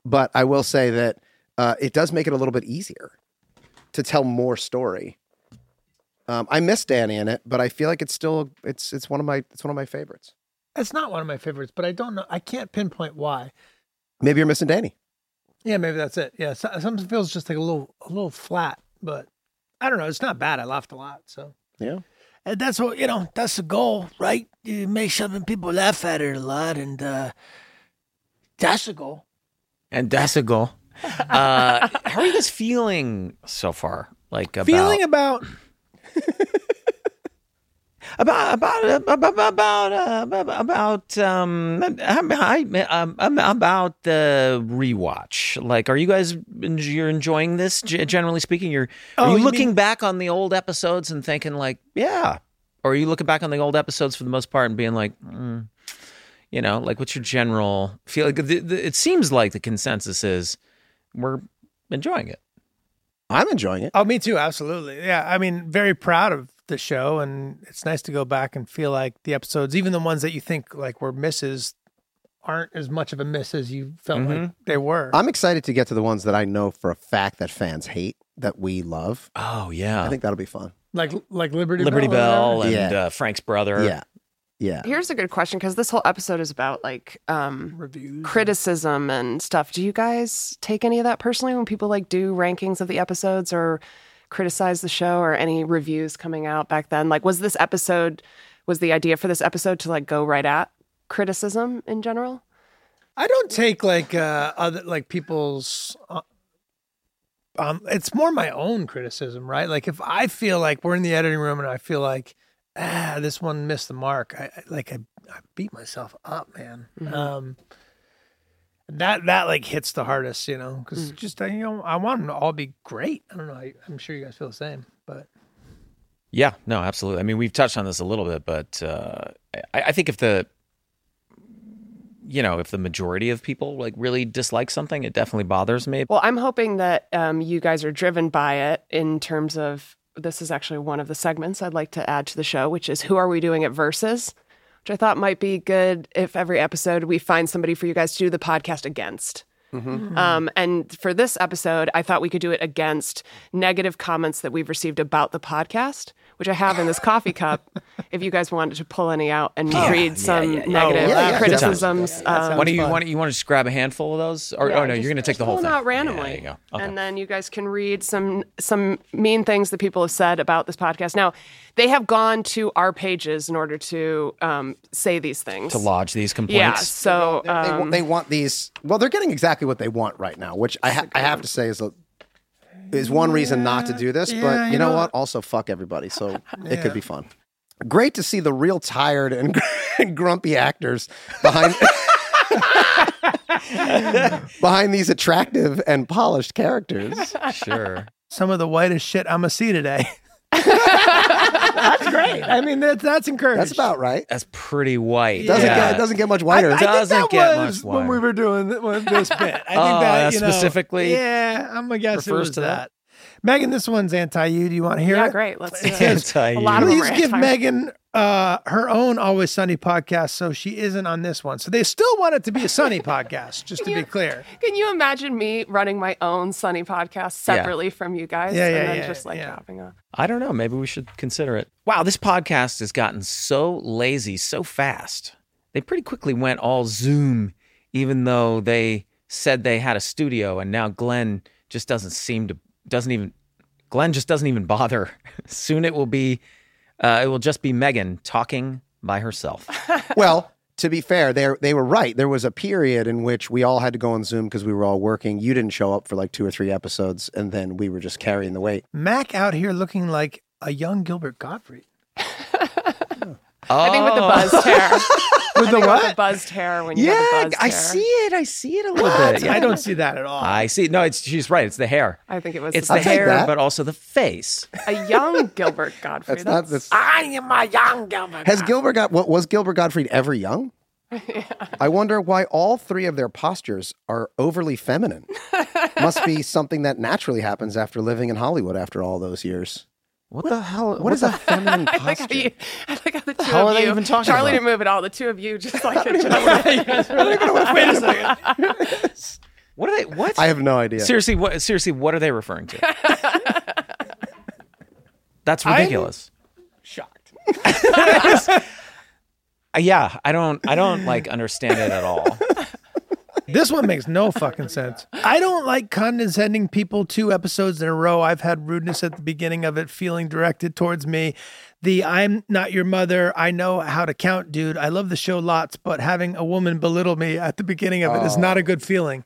Speaker 2: But I will say that uh, it does make it a little bit easier to tell more story. Um, I miss Danny in it, but I feel like it's still it's it's one of my it's one of my favorites.
Speaker 4: It's not one of my favorites, but I don't know. I can't pinpoint why.
Speaker 2: Maybe you're missing Danny.
Speaker 4: Yeah, maybe that's it. Yeah, so, something feels just like a little, a little flat, but I don't know. It's not bad. I laughed a lot, so
Speaker 2: Yeah.
Speaker 4: and that's what you know. That's the goal, right? You make something people laugh at it a lot, and uh that's the goal.
Speaker 5: And that's a goal. Uh, how are you guys feeling so far? Like about
Speaker 4: Feeling about
Speaker 5: about about about about uh, about um I, um um, about the rewatch. Like, are you guys you're enjoying this? G- Generally speaking, you're are
Speaker 4: Oh,
Speaker 5: you
Speaker 4: you
Speaker 5: looking
Speaker 4: mean-
Speaker 5: back on the old episodes and thinking like, yeah, or are you looking back on the old episodes for the most part and being like, mm, you know, like what's your general feel? Like, the, the, it seems like the consensus is we're enjoying it.
Speaker 2: I'm enjoying it.
Speaker 4: Oh, me too. Absolutely. Yeah. I mean, very proud of the show. And it's nice to go back and feel like the episodes, even the ones that you think like were misses, aren't as much of a miss as you felt like
Speaker 5: Mhm.
Speaker 4: they were.
Speaker 2: I'm excited to get to the ones that I know for a fact that fans hate that we love.
Speaker 5: Oh yeah,
Speaker 2: I think that'll be fun.
Speaker 4: like, like Liberty,
Speaker 5: Liberty Bell,
Speaker 4: or
Speaker 5: and
Speaker 2: whatever. Er.
Speaker 5: uh, Frank's brother.
Speaker 2: Yeah. Yeah.
Speaker 3: Here's a good question because this whole episode is about like um
Speaker 4: reviews,
Speaker 3: criticism, and stuff. Do you guys take any of that personally when people like do rankings of the episodes or criticize the show or any reviews coming out back then? Like, was this episode was the idea for this episode to like go right at criticism in general?
Speaker 4: I don't take like uh other like people's uh, um it's more my own criticism, right? Like if I feel like we're in the editing room and I feel like ah this one missed the mark, I, I like I, I beat myself up, man.
Speaker 13: Mhm.
Speaker 4: Um that that like hits the hardest, you know, because
Speaker 13: Mm.
Speaker 4: just uh, you know I want them to all be great. I don't know. I, I'm sure you guys feel the same, but
Speaker 5: Yeah, no, absolutely. I mean, we've touched on this a little bit, but uh, I, I think if the you know if the majority of people like really dislike something, it definitely bothers me.
Speaker 3: Well, I'm hoping that um, you guys are driven by it in terms of this is actually one of the segments I'd like to add to the show, which is who are we doing it versus, which I thought might be good if every episode we find somebody for you guys to do the podcast against.
Speaker 5: Mm-hmm.
Speaker 1: Mhm.
Speaker 3: Um, and for this episode, I thought we could do it against negative comments that we've received about the podcast, which I have in this coffee cup. If you guys wanted to pull any out and
Speaker 5: Yeah,
Speaker 3: read
Speaker 5: yeah,
Speaker 3: some
Speaker 5: yeah, yeah.
Speaker 3: negative
Speaker 5: Oh, yeah, yeah.
Speaker 3: uh, criticisms, um,
Speaker 5: why do you want you want to just grab a handful of those? Or
Speaker 3: Yeah,
Speaker 5: oh no,
Speaker 3: just
Speaker 5: you're going to take the
Speaker 3: pull
Speaker 5: whole
Speaker 3: them
Speaker 5: thing
Speaker 3: out randomly.
Speaker 5: Yeah, there you go. Okay.
Speaker 3: And then you guys can read some some mean things that people have said about this podcast. Now, they have gone to our pages in order to um, say these things.
Speaker 5: to lodge these complaints.
Speaker 3: Yeah. So
Speaker 2: They, wa-
Speaker 3: um,
Speaker 2: they want these. Well, they're getting exactly what they want right now, which I, ha- I have to say is a, is one reason not to do this.
Speaker 1: Yeah,
Speaker 2: but you,
Speaker 1: you
Speaker 2: know,
Speaker 1: know-
Speaker 2: what? Also, fuck everybody. So it
Speaker 1: Yeah.
Speaker 2: could be fun. Great to see the real tired and, and grumpy actors behind behind these attractive and polished characters.
Speaker 5: Sure.
Speaker 4: some of the whitest shit I'm gonna see today. that's great. I mean, that's that's encouraged. That's
Speaker 2: about right.
Speaker 5: That's pretty white.
Speaker 4: It doesn't
Speaker 5: yeah.
Speaker 4: get- it
Speaker 2: doesn't get much
Speaker 4: I, I
Speaker 5: It doesn't
Speaker 4: think that
Speaker 5: get
Speaker 4: was
Speaker 5: much whiter.
Speaker 4: when we were doing th- when this bit. I think
Speaker 5: Oh,
Speaker 4: that
Speaker 5: that
Speaker 4: you know,
Speaker 5: specifically
Speaker 4: Yeah, I'm gonna guess it
Speaker 5: refers
Speaker 4: was
Speaker 5: to
Speaker 4: that.
Speaker 5: that?
Speaker 4: Megan, this one's anti you. Do you want to hear
Speaker 3: yeah,
Speaker 4: it?
Speaker 3: great. Let's do
Speaker 4: It
Speaker 3: it.
Speaker 4: says,
Speaker 5: Anti-you. A lot of them
Speaker 4: Please
Speaker 5: are
Speaker 4: give
Speaker 5: anti-you.
Speaker 4: Megan uh, her own Always Sunny podcast, so she isn't on this one. So they still want it to be a Sunny podcast, just to be clear.
Speaker 3: Can you imagine me running my own Sunny podcast
Speaker 5: Yeah.
Speaker 3: separately from you guys,
Speaker 5: Yeah,
Speaker 3: and
Speaker 5: yeah,
Speaker 3: then
Speaker 5: yeah,
Speaker 3: just like dropping off?
Speaker 5: I don't know. Maybe we should consider it. Wow, this podcast has gotten so lazy so fast. They pretty quickly went all Zoom, even though they said they had a studio, and now Glenn just doesn't seem to doesn't even Glenn just doesn't even bother. Soon it will be, uh, it will just be Megan talking by herself.
Speaker 2: well, to be fair, they they were right. There was a period in which we all had to go on Zoom because we were all working. You didn't show up for like two or three episodes, and then we were just carrying the weight.
Speaker 4: Mac out here looking like a young Gilbert Gottfried.
Speaker 5: I
Speaker 3: think with the buzzed hair. with the what? the buzzed hair when you
Speaker 5: Yeah,
Speaker 3: have the buzzed
Speaker 5: I
Speaker 3: hair.
Speaker 5: see it. I see it a little bit.
Speaker 4: I don't see that at all.
Speaker 5: I see. No, it's she's right. It's the hair.
Speaker 3: I think it was
Speaker 5: It's
Speaker 3: the
Speaker 5: the
Speaker 3: buzzed hair.
Speaker 5: hair, but also the face.
Speaker 3: A young Gilbert Godfrey.
Speaker 2: That's not- that's-
Speaker 4: I am a young Gilbert.
Speaker 2: Has Gilbert got what was Gilbert Gottfried ever young? I wonder why all three of their postures are overly feminine. Must be something that naturally happens after living in Hollywood after all those years.
Speaker 5: What, the hell?
Speaker 2: what is a feminine
Speaker 3: I like how
Speaker 2: posture?
Speaker 3: you. I like how the two
Speaker 2: How
Speaker 3: of
Speaker 2: are they
Speaker 3: you.
Speaker 2: even talking
Speaker 3: Charlie
Speaker 2: about?
Speaker 3: didn't move at all. The two of you just like.
Speaker 4: Wait a second.
Speaker 5: What are they? What?
Speaker 2: I have no idea.
Speaker 5: Seriously, what? Seriously, what are they referring to? That's
Speaker 4: I'm-
Speaker 5: ridiculous.
Speaker 4: Shocked.
Speaker 5: Uh, yeah, I don't. I don't like understand it at all.
Speaker 4: This one makes no fucking sense. I don't like condescending people two episodes in a row. I've had rudeness at the beginning of it feeling directed towards me. The I'm not your mother, I know how to count, dude. I love the show lots, but having a woman belittle me at the beginning of it is
Speaker 2: Oh.
Speaker 4: not a good feeling.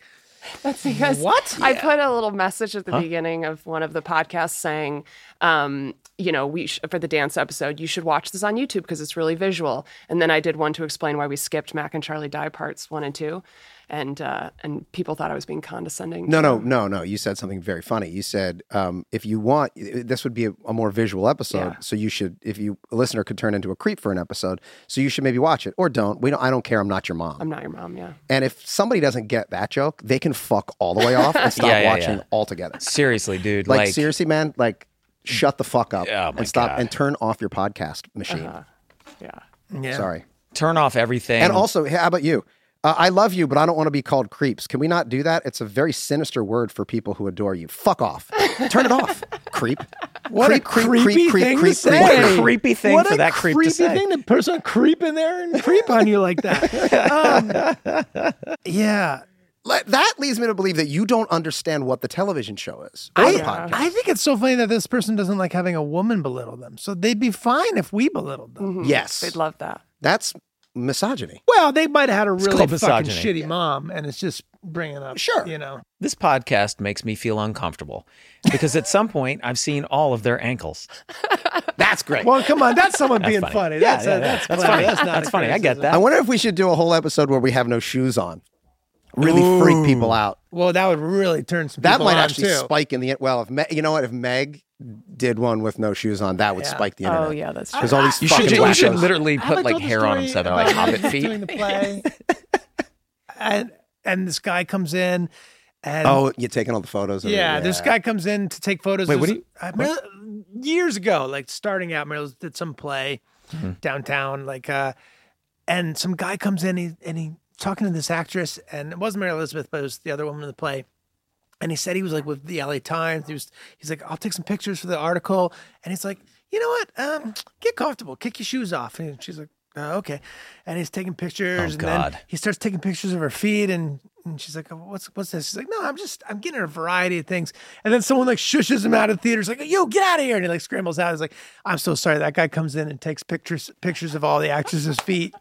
Speaker 3: That's because
Speaker 4: What?
Speaker 3: I put a little message at the
Speaker 4: Huh?
Speaker 3: beginning of one of the podcasts saying, um, you know, we sh- for the dance episode, you should watch this on YouTube because it's really visual. And then I did one to explain why we skipped Mac and Charlie Die parts one and two, and uh, and people thought I was being condescending.
Speaker 2: No, no, no, no. You said something very funny. You said, um, if you want, this would be a, a more visual episode.
Speaker 3: Yeah.
Speaker 2: So you should, if you, a listener could turn into a creep for an episode. So you should maybe watch it or don't. We don't, I don't care. I'm not your mom.
Speaker 3: I'm not your mom. Yeah.
Speaker 2: And if somebody doesn't get that joke, they can fuck all the way off and stop
Speaker 5: Yeah, yeah, yeah.
Speaker 2: watching altogether.
Speaker 5: Seriously, dude.
Speaker 2: Like,
Speaker 5: Like,
Speaker 2: seriously, man, like shut the fuck up and stop
Speaker 5: God.
Speaker 2: and turn off your podcast machine.
Speaker 3: Yeah.
Speaker 2: Sorry.
Speaker 5: Turn off everything.
Speaker 4: Mm.
Speaker 2: And also, hey, how about you? Uh, I love you, but I don't want to be called creeps. Can we not do that? It's a very sinister word for people who adore you. Fuck off. Turn it off. Creep.
Speaker 4: What a creepy thing to say.
Speaker 2: creep.
Speaker 4: What a creepy thing to put some creep in there and creep on you like that. Um, yeah.
Speaker 2: Le- that leads me to believe that you don't understand what the television show is. or the
Speaker 4: I,
Speaker 2: podcast.
Speaker 4: I think it's so funny that this person doesn't like having a woman belittle them. So they'd be fine if we belittled
Speaker 5: Mm-hmm.
Speaker 4: them.
Speaker 2: Yes. They'd
Speaker 3: love that.
Speaker 2: That's misogyny.
Speaker 4: Well, they might have had a
Speaker 5: It's
Speaker 4: really
Speaker 5: called
Speaker 4: fucking
Speaker 5: misogyny.
Speaker 4: shitty mom, and it's just bringing up. Sure. You know.
Speaker 5: This podcast makes me feel uncomfortable because at some point I've seen all of their ankles.
Speaker 2: That's great.
Speaker 4: Well, come on. That's someone
Speaker 5: That's
Speaker 4: being funny.
Speaker 5: funny.
Speaker 4: That's,
Speaker 5: Yeah,
Speaker 4: uh,
Speaker 5: yeah,
Speaker 4: that's,
Speaker 5: that's
Speaker 4: clever.
Speaker 5: funny.
Speaker 4: That's not
Speaker 5: That's
Speaker 4: a
Speaker 5: funny. I get
Speaker 4: criticism.
Speaker 5: that.
Speaker 2: I wonder if we should do a whole episode where we have no shoes on. Really freak people out.
Speaker 4: Well, that would really turn some.
Speaker 2: That
Speaker 4: people
Speaker 2: might
Speaker 4: on,
Speaker 2: actually
Speaker 4: too.
Speaker 2: spike in the end. Well, if Me- you know what, if Meg did one with no shoes on, that would
Speaker 4: Yeah.
Speaker 2: spike the
Speaker 4: Oh,
Speaker 2: internet.
Speaker 4: yeah, that's
Speaker 2: because all these
Speaker 5: You
Speaker 2: fucking
Speaker 5: should, you
Speaker 2: whackos-
Speaker 5: should literally
Speaker 4: Have I
Speaker 5: put like
Speaker 4: told the
Speaker 5: hair on
Speaker 4: story
Speaker 5: them so they're like
Speaker 4: about
Speaker 5: hobbit
Speaker 4: Meg
Speaker 5: feet.
Speaker 4: Doing the play. and and this guy comes in, and
Speaker 2: Oh, you're taking all the photos. Of it,
Speaker 4: yeah, this guy comes in to take photos.
Speaker 2: Wait, what
Speaker 4: There's-
Speaker 2: do
Speaker 4: I remember years ago, like starting out, Meryl's did some play
Speaker 2: Mm-hmm.
Speaker 4: downtown, like, uh, and some guy comes in, he, and he talking to this actress, and it wasn't Mary Elizabeth, but it was the other woman in the play. And he said he was like with the LA Times. He was, he's like, I'll take some pictures for the article. And he's like, you know what? Um, get comfortable, kick your shoes off. And she's like, oh, okay. And he's taking pictures. and
Speaker 5: God.
Speaker 4: Then he starts taking pictures of her feet. And, and she's like, oh, what's what's this? She's like, no, I'm just, I'm getting a variety of things. And then someone like shushes him out of the theater. He's like, yo, get out of here. And he like scrambles out. He's like, I'm so sorry. That guy comes in and takes pictures, pictures of all the actresses' feet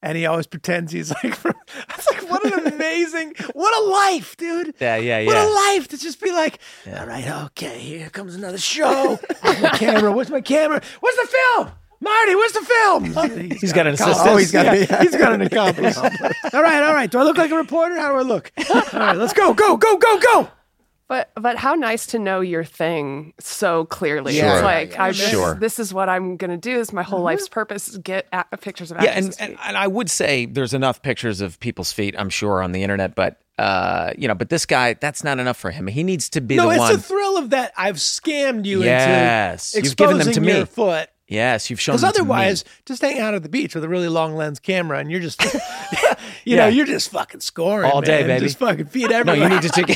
Speaker 4: and he always pretends he's like, from, I was like, what an amazing, what a life, dude.
Speaker 5: Yeah, yeah,
Speaker 4: What a
Speaker 5: yeah.
Speaker 4: life to just be like, all right, okay, here comes another show. Where's my camera? Where's my camera? Where's the film? Marty, where's the film?
Speaker 5: He's got an assistant.
Speaker 4: accomplice.
Speaker 5: Oh, he's got- yeah.
Speaker 4: he's got an accomplice. all right, all right. Do I look like a reporter? How do I look? All right, let's go, go, go, go, go.
Speaker 3: But but how nice to know your thing so clearly.
Speaker 5: Sure.
Speaker 3: It's like
Speaker 5: Yeah,
Speaker 3: I
Speaker 5: yeah, yeah. Sure.
Speaker 3: this is what I'm gonna do. This is my
Speaker 4: Mm-hmm.
Speaker 3: whole life's purpose. is Get a- pictures of
Speaker 5: yeah, and,
Speaker 3: actresses.
Speaker 5: and and I would say there's enough pictures of people's feet, I'm sure, on the internet, but uh, you know, but this guy, that's not enough for him. He needs to be
Speaker 4: no,
Speaker 5: the
Speaker 4: it's
Speaker 5: one.
Speaker 4: the thrill of that I've scammed you
Speaker 5: Yes.
Speaker 4: into
Speaker 5: You've given
Speaker 4: exposing
Speaker 5: them to me.
Speaker 4: your foot.
Speaker 5: yes, you've shown.
Speaker 4: Because
Speaker 5: them to me.
Speaker 4: otherwise, just hang out at the beach with a really long lens camera, and you're just, you know,
Speaker 5: Yeah.
Speaker 4: you're just fucking scoring
Speaker 5: All day,
Speaker 4: man.
Speaker 5: baby.
Speaker 4: Just fucking feed
Speaker 5: no,
Speaker 4: everybody.
Speaker 5: you need to take.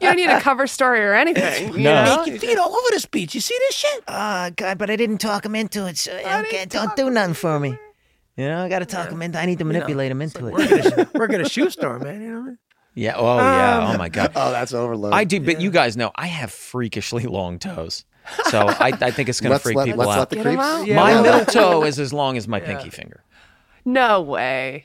Speaker 3: you don't need a cover story or anything. you
Speaker 5: No.
Speaker 3: know?
Speaker 4: feed all over this beach. You see this shit?
Speaker 1: Uh, God, but I didn't talk him into it. So okay, don't do nothing for me. You know, I got to talk him into. I need to manipulate him into it.
Speaker 4: Work at a shoe store, man. You know, what
Speaker 5: yeah. Oh yeah.
Speaker 4: Um,
Speaker 5: Oh my god.
Speaker 2: Oh, that's overload.
Speaker 5: I do, but you guys know I have freakishly long toes, so I, I think it's going to
Speaker 2: Let's
Speaker 5: freak
Speaker 2: let-
Speaker 5: people
Speaker 2: let's
Speaker 5: out.
Speaker 2: let the Get 'em creeps- out.
Speaker 3: Yeah,
Speaker 5: My
Speaker 3: well-
Speaker 5: middle toe is as long as my pinky finger.
Speaker 3: No way.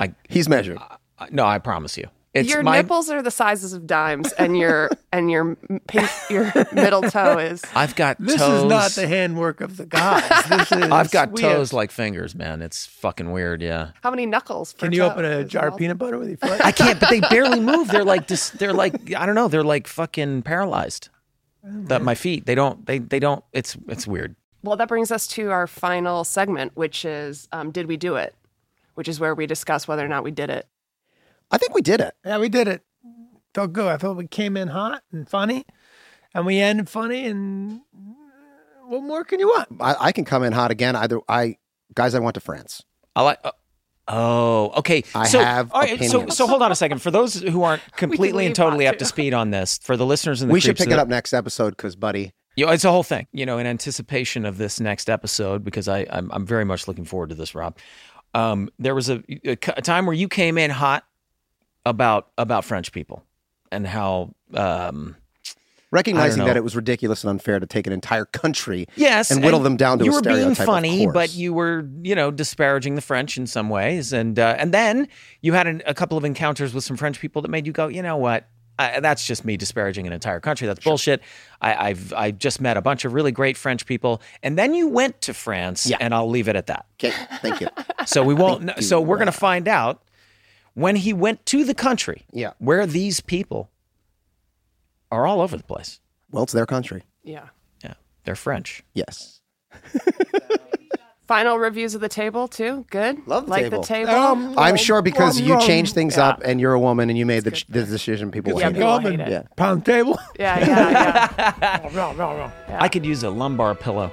Speaker 5: I
Speaker 2: He's measured.
Speaker 5: I- Uh, no, I promise you. It's
Speaker 3: your
Speaker 5: my,
Speaker 3: nipples are the sizes of dimes, and your and your pink, your middle toe is.
Speaker 5: I've got
Speaker 4: This
Speaker 5: toes.
Speaker 4: is not the handwork of the gods. This is
Speaker 5: I've got
Speaker 4: we have-
Speaker 5: toes like fingers, man. It's fucking weird. Yeah.
Speaker 3: How many knuckles? per
Speaker 4: Can you
Speaker 3: toe
Speaker 4: open a
Speaker 3: is
Speaker 4: jar of
Speaker 3: involved?
Speaker 4: peanut butter with your foot?
Speaker 5: I can't, but they barely move. They're like dis- they're like I don't know, they're like fucking paralyzed. That my feet, they don't they they don't it's it's weird.
Speaker 3: Well, that brings us to our final segment, which is um, Did We Do It? Which is where we discuss whether or not we did it.
Speaker 2: I think we did it.
Speaker 4: Yeah, we did it. Felt good. I felt we came in hot and funny, and we ended funny. And what more can you want?
Speaker 2: I, I can come in hot again. Either I, guys, I went to France.
Speaker 5: I like uh, Oh, okay.
Speaker 2: I
Speaker 5: so,
Speaker 2: have
Speaker 5: all right, so,
Speaker 2: opinions.
Speaker 5: so hold on a second. For those who aren't completely
Speaker 3: leave
Speaker 5: and totally
Speaker 3: that
Speaker 5: up to speed on this, for the listeners in the
Speaker 2: We should
Speaker 5: creeps
Speaker 2: pick it
Speaker 5: that-
Speaker 2: up next episode because, buddy,
Speaker 5: You know, it's a whole thing. You know, in anticipation of this next episode, because I, I'm, I'm very much looking forward to this, Rob. Um, there was a, a c- a time where you came in hot about about French people and how. Um,
Speaker 2: recognizing
Speaker 5: know.
Speaker 2: that it was ridiculous and unfair to take an entire country,
Speaker 5: Yes,
Speaker 2: and whittle them down to
Speaker 5: you
Speaker 2: a
Speaker 5: were
Speaker 2: stereotype.
Speaker 5: being
Speaker 2: of
Speaker 5: funny, but
Speaker 2: course.
Speaker 5: you were you know disparaging the French in some ways, and uh, and then you had an, a couple of encounters with some French people that made you go, you know what? I, that's just me disparaging an entire country. That's bullshit. I, I've I've just met a bunch of really great French people, and then you went to France,
Speaker 2: Yeah.
Speaker 5: and I'll leave it at that.
Speaker 2: Okay, thank you.
Speaker 5: So we won't.
Speaker 2: Thank
Speaker 5: kn- so
Speaker 2: you,
Speaker 5: we're gonna
Speaker 2: Rob.
Speaker 5: find out when he went to the country
Speaker 2: Yeah.
Speaker 5: where these people are all over the place.
Speaker 2: Well, it's their country.
Speaker 3: Yeah.
Speaker 5: Yeah, they're French.
Speaker 2: Yes.
Speaker 3: Final reviews of the table, too. Good.
Speaker 2: Love the
Speaker 3: like
Speaker 2: table.
Speaker 3: the table.
Speaker 4: Um,
Speaker 2: I'm sure because you change
Speaker 4: things.
Speaker 2: things up and you're a woman and you made the, the decision people
Speaker 4: It's
Speaker 2: hate
Speaker 4: like
Speaker 2: it.
Speaker 3: people
Speaker 4: golden
Speaker 3: hate it.
Speaker 2: Yeah.
Speaker 4: pound table.
Speaker 3: yeah, yeah, yeah.
Speaker 5: I could use a lumbar pillow.